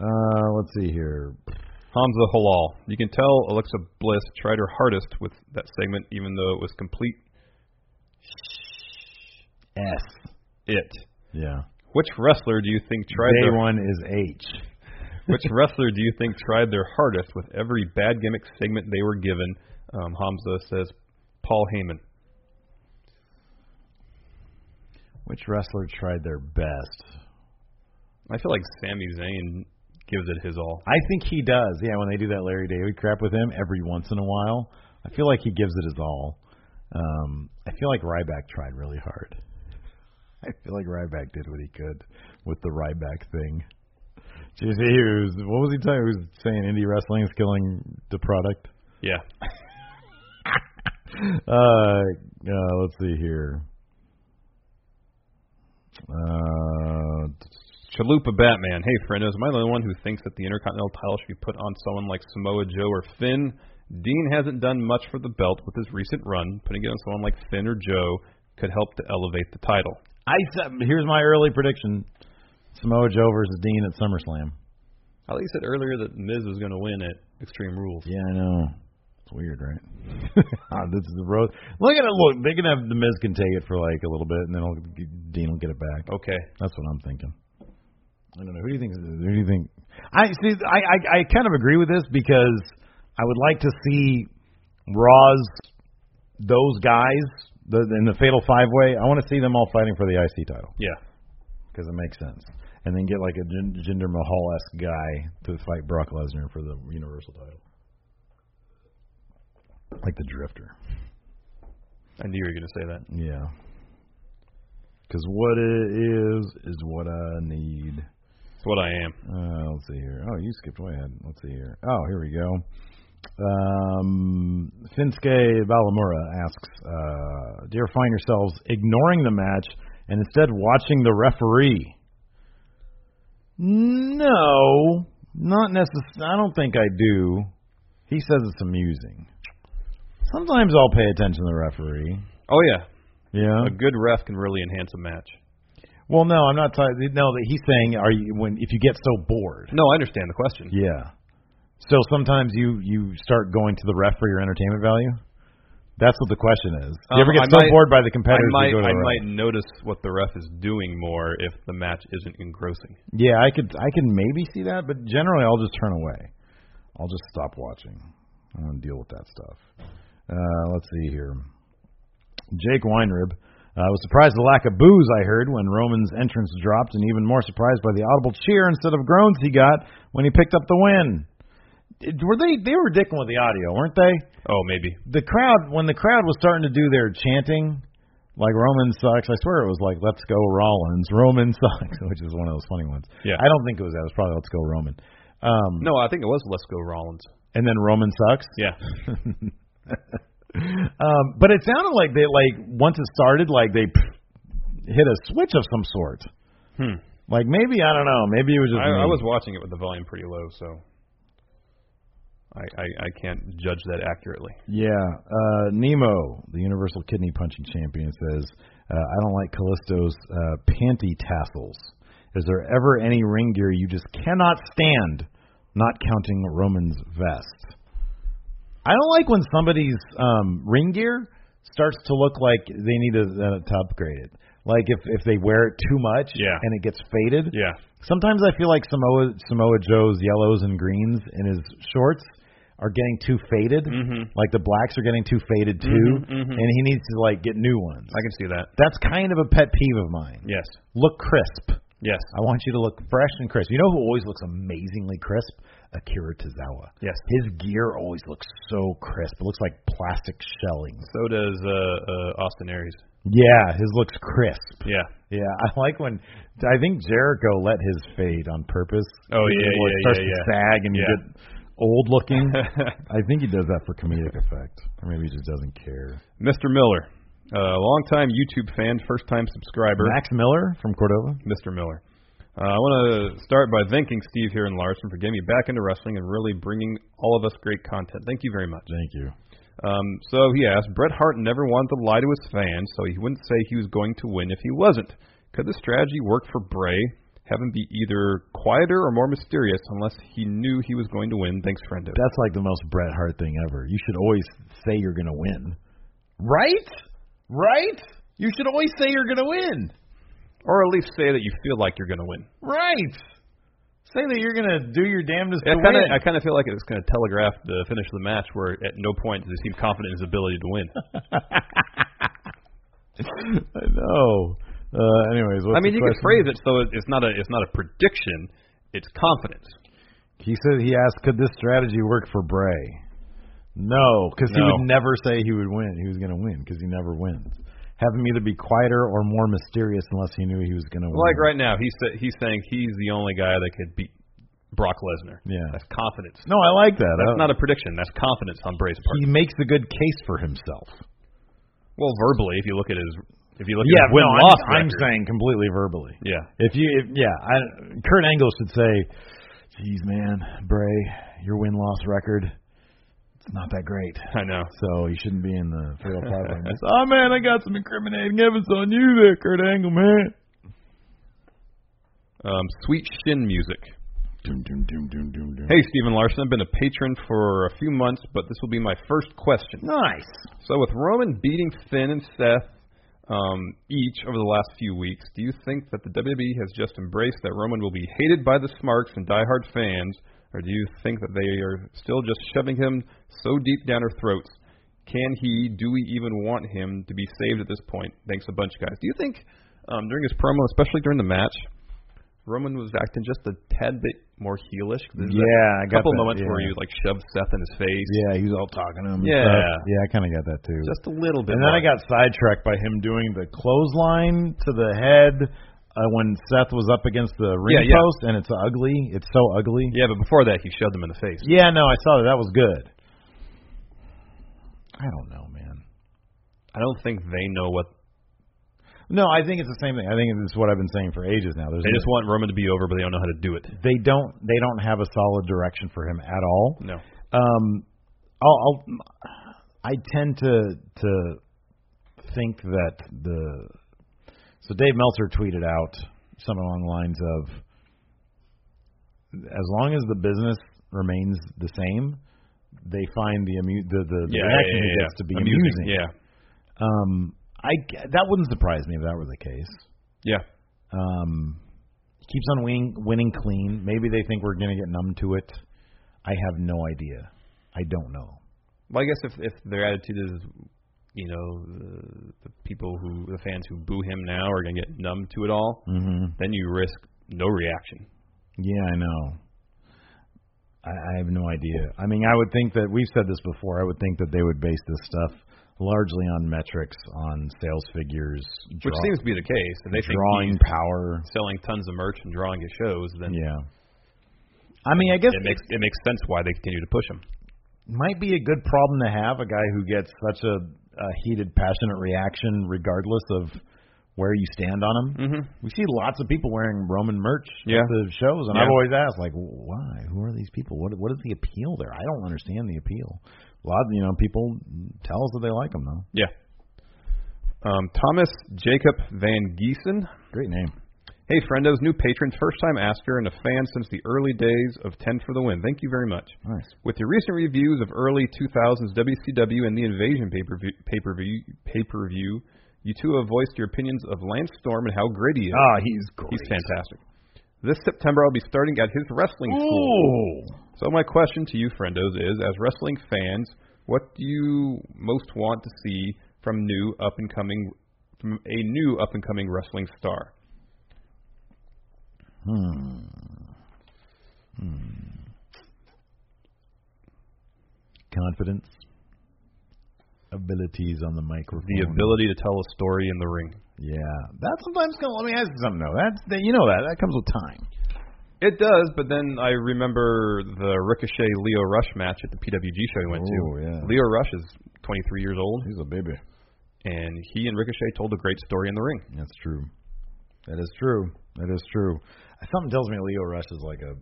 A: Uh, let's see here.
B: Hamza Halal. You can tell Alexa Bliss tried her hardest with that segment, even though it was complete
A: S.
B: it.
A: Yeah.
B: Which wrestler do you think tried
A: Day
B: their
A: one is H.
B: Which wrestler do you think tried their hardest with every bad gimmick segment they were given? Um, Hamza says Paul Heyman.
A: Which wrestler tried their best?
B: I feel like Sami Zayn gives it his all.
A: I think he does. Yeah, when they do that Larry David crap with him every once in a while, I feel like he gives it his all. Um, I feel like Ryback tried really hard. I feel like Ryback did what he could with the Ryback thing. Did you see he was, what was he talking? He was saying indie wrestling is killing the product.
B: Yeah.
A: Uh, uh, let's see here. Uh,
B: Chalupa Batman. Hey, friendos, am I the only one who thinks that the Intercontinental title should be put on someone like Samoa Joe or Finn? Dean hasn't done much for the belt with his recent run. Putting it on someone like Finn or Joe could help to elevate the title.
A: I said, here's my early prediction: Samoa Joe versus Dean at SummerSlam.
B: I thought you said earlier that Miz was going to win at Extreme Rules.
A: Yeah, I know. It's weird, right? God, this is the road. Look at it. Look, they can have the Miz can take it for like a little bit, and then I'll, Dean will get it back. Oh,
B: Okay.
A: That's what I'm thinking. I don't know. Who do you think? Who do you think? I see. I, I I kind of agree with this because I would like to see Raw's those guys the, in the Fatal Five Way. I want to see them all fighting for the IC title.
B: Yeah.
A: because it makes sense, and then get like a Jin- Jinder Mahal esque guy to fight Brock Lesnar for the Universal title, like the Drifter.
B: I knew you were going to say that.
A: Yeah. Because what it is is what I need.
B: That's what I am.
A: Uh, let's see here. Oh, you skipped way ahead. Let's see here. Oh, here we go. Um, Finske Balamura asks, uh, "Do you ever find yourselves ignoring the match and instead watching the referee?" No, not necessarily. I don't think I do. He says it's amusing. Sometimes I'll pay attention to the referee.
B: Oh yeah,
A: Yeah.
B: a good ref can really enhance a match.
A: Well, no, I'm not talking. No, that he's saying, are you when if you get so bored?
B: No, I understand the question.
A: Yeah. So sometimes you you start going to the ref for your entertainment value. That's what the question is. Do you
B: Um,
A: ever get
B: I
A: so
B: might-
A: bored by the
B: I
A: competitors you
B: might
A: go to
B: I
A: the ref?
B: might notice what the ref is doing more if the match isn't engrossing.
A: Yeah, I could I can maybe see that, but generally I'll just turn away. I'll just stop watching. I don't want to deal with that stuff. Uh, let's see here. Jake Weinrib. I was surprised the lack of booze I heard when Roman's entrance dropped, and even more surprised by the audible cheer instead of groans he got when he picked up the win. It- Were they they were dicking with the audio, weren't they?
B: Oh, maybe.
A: the crowd when the crowd was starting to do their chanting like Roman sucks, I swear it was like let's go Rollins, Roman sucks, which is one of those funny ones.
B: Yeah.
A: I don't think it was that. It was probably let's go Roman. Um
B: No, I think it was Let's Go Rollins.
A: and then Roman sucks.
B: Yeah.
A: Um but it sounded like they like once it started like they hit a switch of some sort.
B: Hmm.
A: Like maybe I don't know, maybe it was just
B: I, I
A: me.
B: was watching it with the volume pretty low, so I, I I can't judge that accurately.
A: Yeah, uh, Nemo, the Universal Kidney Punching Champion, says, uh, "I don't like Callisto's uh, panty tassels. Is there ever any ring gear you just cannot stand? Not counting Roman's vest. I don't like when somebody's um, ring gear starts to look like they need to, uh, to upgrade it. Like if if they wear it too much,
B: Yeah.
A: and it gets faded,
B: Yeah.
A: Sometimes I feel like Samoa Samoa Joe's yellows and greens in his shorts are getting too faded.
B: Mhm.
A: Like the blacks are getting too faded too,
B: Mhm, mhm.
A: and he needs to like get new ones.
B: I can see that.
A: That's kind of a pet peeve of mine.
B: Yes.
A: Look crisp.
B: Yes.
A: I want you to look fresh and crisp. You know who always looks amazingly crisp? Akira Tozawa.
B: Yes.
A: His gear always looks so crisp. It looks like plastic shelling.
B: So does uh, uh Austin Aries.
A: Yeah, his looks crisp.
B: Yeah.
A: Yeah, I like when I think Jericho let his fade on purpose.
B: Oh,
A: Where
B: yeah,
A: it
B: yeah,
A: starts
B: yeah,
A: to
B: yeah.
A: sag and
B: Yeah.
A: you get old looking. I think he does that for comedic effect, or maybe he just doesn't care.
B: Mr. Miller, uh, longtime YouTube fan, first time subscriber.
A: Max Miller from Cordova.
B: Mr. Miller. Uh, I want to start by thanking Steve here and Larson for getting me back into wrestling and really bringing all of us great content. Thank you very much.
A: Thank you.
B: Um, so he asked, Bret Hart never wanted to lie to his fans, so he wouldn't say he was going to win if he wasn't. Could the strategy work for Bray? Have him be either quieter or more mysterious unless he knew he was going to win. Thanks, friendo.
A: That's like the most Bret Hart thing ever. You should always say you're going to win. Right? Right? You should always say you're going to win.
B: Or at least say that you feel like you're going to win.
A: Right. Say that you're going to do your damnedest
B: I
A: to
B: kind of
A: win.
B: I kind of feel like it's going to telegraph the finish of the match, where at no point does he seem confident in his ability to win.
A: I know. Uh, anyways, what's
B: I mean,
A: the
B: you can
A: question?
B: phrase it so it- it's not a it's not a prediction, it's confidence.
A: He said he asked, "Could this strategy work for Bray?" No, because he
B: No.
A: would never say he would win. He was going to win because he never wins. Have him either be quieter or more mysterious unless he knew he was going to win.
B: Like right now, he's sa- he's saying he's the only guy that could beat Brock Lesnar.
A: Yeah.
B: that's confidence.
A: No, I like that.
B: That's
A: I-
B: not a prediction. That's confidence on Bray's part.
A: he makes a good case for himself.
B: well, verbally, if you look at his if you look
A: Yeah,
B: at his
A: no,
B: win
A: I'm,
B: loss
A: I'm saying completely verbally.
B: yeah.
A: If you, if, yeah, I, Kurt Angle should say, "Geez, man, Bray, your win loss record, it's not that great."
B: I know.
A: So he shouldn't be in the fatal five like this. Oh man, I got some incriminating evidence on you there, Kurt Angle, man.
B: Um, sweet shin music.
A: Doom, doom, doom, doom, doom, doom.
B: Hey, Stephen Larson, I've been a patron for a few months, but this will be my first question.
A: nice.
B: So with Roman beating Finn and Seth um, each over the last few weeks, do you think that the WWE has just embraced that Roman will be hated by the smarks and diehard fans, or do you think that they are still just shoving him so deep down our throats? Can he? Do we even want him to be saved at this point? Thanks a bunch, guys. Do you think Um, during his promo, especially during the match, Roman was acting just a tad bit more heelish. There's that
A: Yeah, I got
B: couple
A: that,
B: moments
A: yeah.
B: where he like shoved Seth in his face.
A: Yeah, he was all talking to him. and
B: Yeah.
A: stuff. yeah, I kind of got that too.
B: Just a little bit.
A: and then I
B: more.
A: got sidetracked by him doing the clothesline to the head uh, when Seth was up against the ring
B: Yeah, yeah.
A: post, and it's ugly. It's so ugly.
B: Yeah, but before that, he shoved him in the face.
A: Yeah, no, I saw that. That was good. I don't know, man.
B: I don't think they know what
A: No, I think it's the same thing. I think it's what I've been saying for ages now. There's
B: they just want Roman to be over, but they don't know how to do it.
A: they don't they don't have a solid direction for him at all.
B: No.
A: Um, I'll, I'll I tend to to think that the so Dave Meltzer tweeted out something along the lines of as long as the business remains the same, they find the amu- the the, the
B: Yeah,
A: reaction
B: yeah,
A: he
B: yeah,
A: gets
B: yeah.
A: to be
B: amusing.
A: amusing.
B: Yeah,
A: Um, I that wouldn't surprise me if that were the case.
B: yeah.
A: Um, he keeps on winning, winning clean. Maybe they think we're going to get numb to it. I have no idea. I don't know.
B: Well, I guess if if their attitude is, you know, the, the people who the fans who boo him now are gonna get numb to it all,
A: Mm-hmm.
B: then you risk no reaction.
A: Yeah, I know. I, I have no idea. I mean, I would think that we've said this before. I would think that they would base this stuff largely on metrics, on sales figures,
B: Which
A: draw-
B: seems to be the case. If they
A: drawing
B: think
A: power.
B: he's selling tons of merch and drawing his shows, then
A: Yeah. I mean, I guess
B: it makes it makes sense why they continue to push him.
A: might be a good problem to have a guy who gets such a, a heated, passionate reaction, regardless of where you stand on him.
B: Mm-hmm.
A: We see lots of people wearing Roman merch
B: Yeah.
A: at the shows, and
B: Yeah.
A: I've always asked, like, why? Who are these people? What what is the appeal there? I don't understand the appeal. A lot, of, you know, people tell us that they like them though.
B: Yeah. Um, Thomas Jacob Van Giesen.
A: Great name.
B: Hey, friendos, new patron, first time asker, and a fan since the early days of 10 for the Win. Thank you very much.
A: Nice.
B: With your recent reviews of early 2000s WCW and the Invasion pay per view, pay per view, pay per view, you two have voiced your opinions of Lance Storm and how great he is.
A: Ah, he's great.
B: He's fantastic. This September, I'll be starting at his wrestling school.
A: Ooh.
B: So my question to you, friendos, is as wrestling fans, what do you most want to see from new up and coming from a new up and coming wrestling star?
A: Confidence. Abilities on the microphone.
B: The ability to tell a story in the ring.
A: Yeah, that sometimes comes. Let me ask you something though. That's that you know that that comes with time.
B: It does, but then I remember the Ricochet Leo Rush match at the PWG show he went
A: Oh,
B: to.
A: yeah.
B: Leo Rush is 23 years old,
A: He's a baby.
B: and he and Ricochet told a great story in the ring.
A: That's true. That is true. That is true. Uh, Something tells me Leo Rush is like a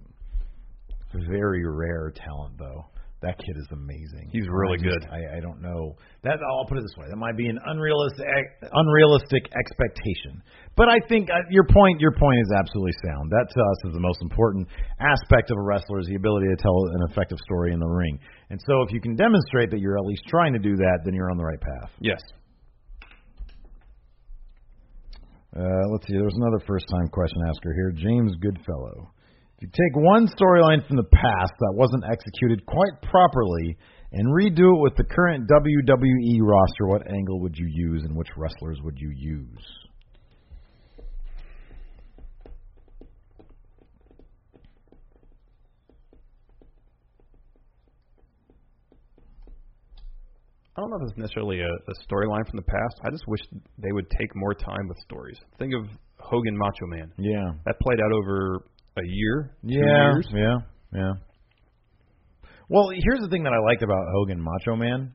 A: very rare talent, though. That kid is amazing.
B: He's really
A: I just-
B: good.
A: I, I don't know. That I'll put it this way: that might be an unrealistic, unrealistic expectation. But I think uh, your point, your point is absolutely sound. That to us is the most important aspect of a wrestler is the ability to tell an effective story in the ring. And so, if you can demonstrate that you're at least trying to do that, then you're on the right path.
B: Yes.
A: Uh, let's see. There was another first time question asker here, James Goodfellow. If you take one storyline from the past that wasn't executed quite properly and redo it with the current WWE roster, what angle would you use and which wrestlers would you use?
B: I don't know if it's necessarily a, a storyline from the past. I just wish they would take more time with stories. Think of Hogan Macho Man.
A: Yeah.
B: That played out over a year, two
A: Yeah,
B: years.
A: yeah, yeah. Well, here's the thing that I liked about Hogan Macho Man.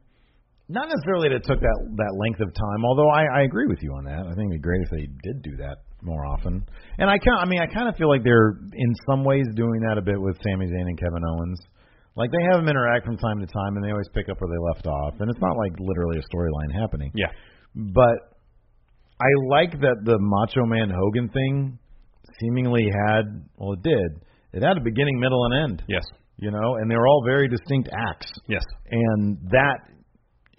A: Not necessarily that it took that that length of time, although I, I agree with you on that. I think it'd be great if they did do that more often. And I kind I mean I kind of feel like they're in some ways doing that a bit with Sami Zayn and Kevin Owens. Like they have them interact from time to time, and they always pick up where they left off. And it's not like literally a storyline happening
B: Yeah.
A: but I like that the Macho Man Hogan thing seemingly had well it did. It had a beginning, middle and end.
B: Yes.
A: You know, and they were all very distinct acts.
B: Yes.
A: And that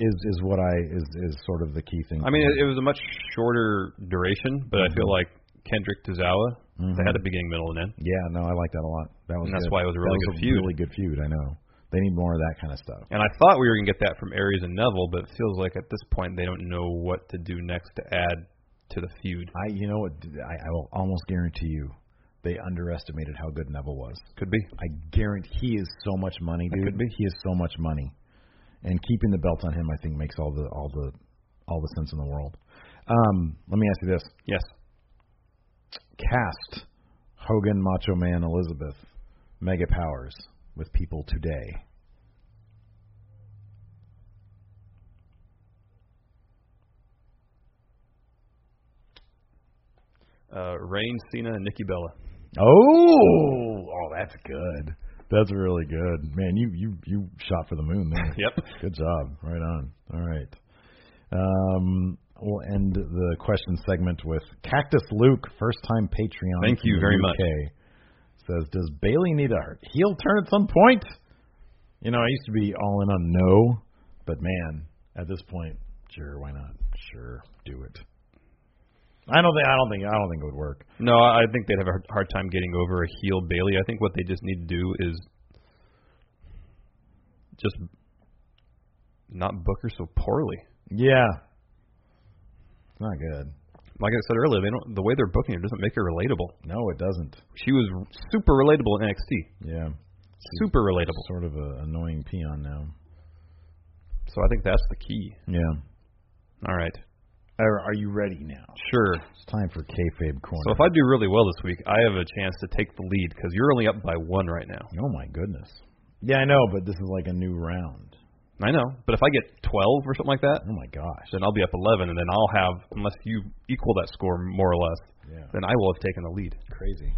A: is is what I is is sort of the key thing.
B: I mean, it, it was a much shorter duration, but
A: Mm-hmm.
B: I feel like Kendrick Tozawa, they had a beginning, middle, and end.
A: yeah, no, I like that a lot. That was
B: And that's
A: good.
B: why it was a really
A: that was
B: good
A: a
B: feud.
A: Really good feud, I know. They need more of that kind of stuff.
B: And I thought we were going to get that from Aries and Neville, but it feels like at this point they don't know what to do next to add to the feud.
A: I, you know what? I, I will almost guarantee you, they underestimated how good Neville was.
B: Could be.
A: I guarantee he is so much money, dude.
B: could be.
A: He is so much money, and keeping the belt on him, I think, makes all the all the all the sense in the world. Um, let me ask you this:
B: Yes.
A: cast Hogan, Macho Man, Elizabeth, Mega Powers with people today.
B: Uh, Reigns, Cena, and Nikki Bella.
A: Oh, oh, that's good. That's really good, man. You you you shot for the moon there.
B: Yep.
A: Good job. Right on. All right. Um, we'll end the question segment with Cactus Luke, first time Patreon.
B: Thank
A: from
B: you
A: the
B: very
A: UK,
B: much.
A: Says, does Bailey need a heel turn at some point? You know, I used to be all in on no, but man, at this point, sure, why not? Sure, do it. I don't think I don't think I don't think it would work.
B: No, I I think they'd have a hard- hard time getting over a heel Bailey. I think what they just need to do is just not book her so poorly.
A: Yeah. It's not good.
B: Like I said earlier, they don't. The way they're booking her doesn't make her relatable.
A: No, it doesn't.
B: She was r- super relatable in NXT.
A: Yeah.
B: Super relatable.
A: Sort of an annoying peon now.
B: So I think that's the key.
A: Yeah.
B: All right.
A: Are, are you ready now?
B: Sure.
A: It's time for kayfabe corner.
B: So if I do really well this week, I have a chance to take the lead because you're only up by one right now.
A: oh my goodness. Yeah, I know, but this is like a new round.
B: I know, but if I get 12 or something like that,
A: Oh my gosh.
B: then I'll be up 11, and then I'll have, unless you equal that score more or less,
A: Yeah.
B: then I will have taken the lead.
A: Crazy.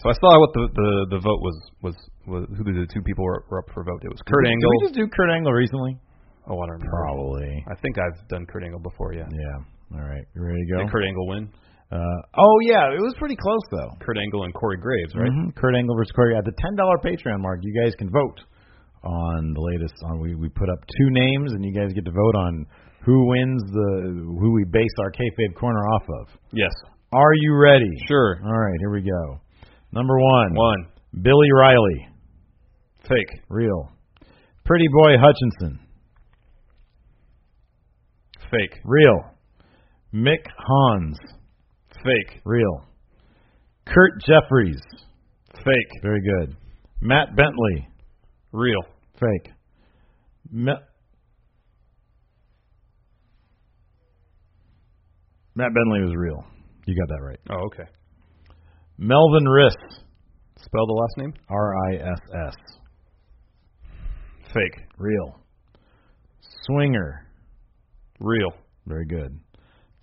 B: So I saw what the the, the vote was, was was who the two people were, were up for vote. It was Kurt
A: Did we
B: Angle.
A: just do Kurt Angle recently?
B: Oh, I don't remember.
A: Probably.
B: I think I've done Kurt Angle before. Yeah.
A: Yeah. All right. You ready to go?
B: Did Kurt Angle win?
A: uh, oh yeah, it was pretty close though.
B: Kurt Angle and Corey Graves, right?
A: Mhm. Kurt Angle versus Corey at the ten dollar Patreon mark. You guys can vote on the latest. On we we put up two names, and you guys get to vote on who wins the who we base our kayfabe corner off of.
B: Yes.
A: Are you ready?
B: Sure.
A: All right, here we go. Number one,
B: One.
A: Billy Riley,
B: Fake.
A: real. Pretty Boy Hutchinson,
B: Fake.
A: real. Mick Hans,
B: Fake.
A: real. Kurt Jeffries,
B: Fake.
A: very good. Matt Bentley,
B: Real.
A: Fake. Ma- Matt Bentley was real. You got that right.
B: Oh, okay.
A: Melvin Riss,
B: Spell the last name.
A: R I S S,
B: Fake.
A: real. Swinger,
B: Real.
A: very good.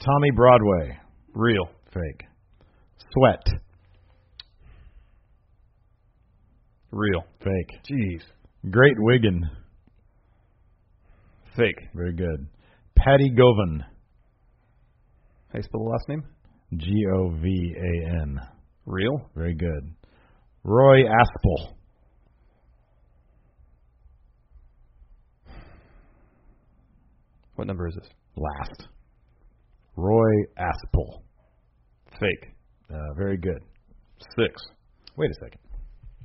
A: Tommy Broadway,
B: Real.
A: fake. Sweat,
B: Real.
A: fake.
B: Jeez.
A: Great Wiggin,
B: Fake.
A: very good. Patty Govan,
B: How you spell the last name?
A: G O V A N,
B: Real.
A: very good. Roy Aspel,
B: What number is this?
A: last. Roy Aspel.
B: Fake.
A: Uh, very good.
B: Six.
A: Wait a second.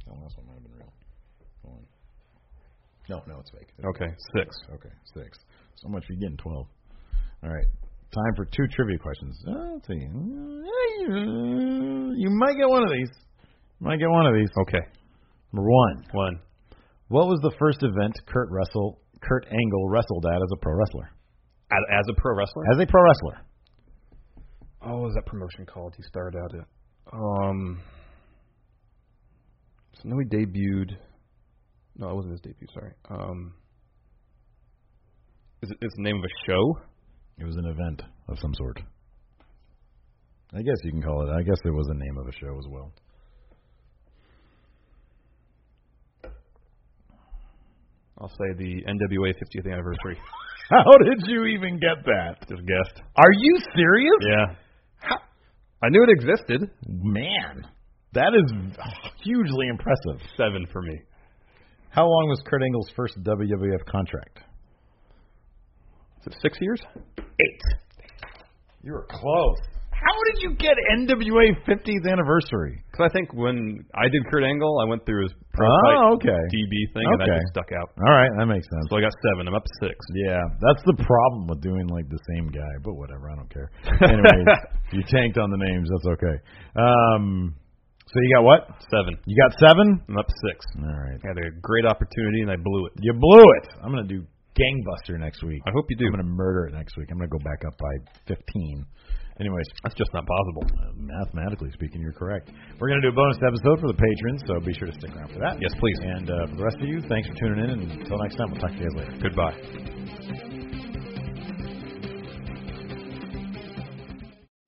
A: No, last one might have been real. Hold on. No, no, it's fake. It's
B: Okay.
A: fake.
B: Six.
A: Okay, six. So much for getting twelve. All right. Time for two trivia questions. Uh, let's see. Uh, You might get one of these. Might get one of these.
B: Okay.
A: Number one.
B: One.
A: What was the first event Kurt Russell, Kurt Angle wrestled at as a pro wrestler?
B: As, as a pro wrestler.
A: As a pro wrestler.
B: oh, what was that promotion called? He started out at. Um. So now he debuted. No, it wasn't his debut. Sorry. Um. Is it, it's the name of a show?
A: It was an event of some sort. I guess you can call it. I guess it was the name of a show as well.
B: I'll say the NWA 50th anniversary.
A: How did you even get that?
B: Just guessed.
A: Are you serious?
B: Yeah. I knew it existed.
A: Man, that is hugely impressive.
B: Seven for me.
A: How long was Kurt Angle's first WWF contract?
B: Is it six years?
A: Eight. You were close. How did you get NWA 50th anniversary?
B: Because I think when I did Kurt Angle, I went through his pro
A: Oh,
B: fight
A: okay.
B: DB thing and
A: Okay.
B: that just stuck out.
A: All right, that makes sense.
B: So I got seven. I'm up six.
A: Yeah, that's the problem with doing like the same guy, but whatever, I don't care. Anyways, you tanked on the names, that's okay. Um, so you got what?
B: Seven.
A: You got seven?
B: I'm up six.
A: All right.
B: I had a great opportunity and I blew it.
A: You blew it. I'm gonna do Gangbuster next week.
B: I hope you do.
A: I'm gonna murder it next week. I'm gonna go back up by 15. Anyways,
B: That's just not possible.
A: uh, mathematically speaking, you're correct. We're gonna do a bonus episode for the patrons, so be sure to stick around for that.
B: Yes, please.
A: And uh, for the rest of you, thanks for tuning in. And until next time, we'll talk to you guys later.
B: Goodbye.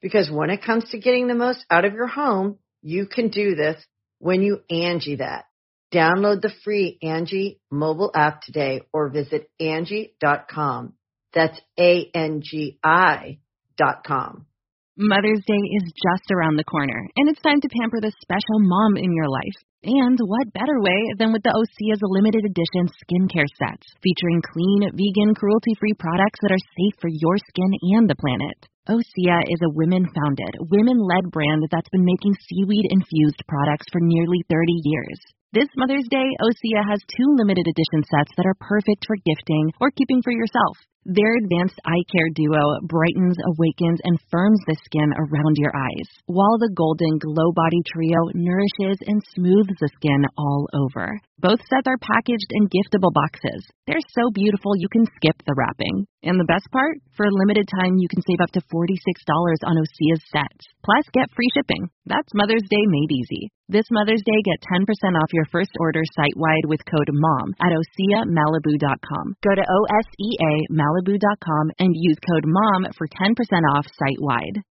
C: Because when it comes to getting the most out of your home, you can do this when you Angie that. Download the free Angie mobile app today or visit Angie.com. That's A-N-G-I dot com.
D: Mother's Day is just around the corner, and it's time to pamper the special mom in your life. And what better way than with the Osea's limited edition skincare sets, featuring clean, vegan, cruelty free products that are safe for your skin and the planet. Osea is a women founded, women led brand that's been making seaweed infused products for nearly 30 years. This Mother's Day, Osea has two limited edition sets that are perfect for gifting or keeping for yourself. Their advanced eye care duo brightens, awakens, and firms the skin around your eyes, while the golden glow body trio nourishes and smooths the skin all over. Both sets are packaged in giftable boxes. They're so beautiful you can skip the wrapping. And the best part? For a limited time, you can save up to $46 on Osea's sets. Plus, get free shipping. That's Mother's Day made easy. This Mother's Day, get 10% off your first order site-wide with code MOM at OSEAMalibu.com. Go to E OSEAMalibu.com and use code MOM for 10% off site-wide.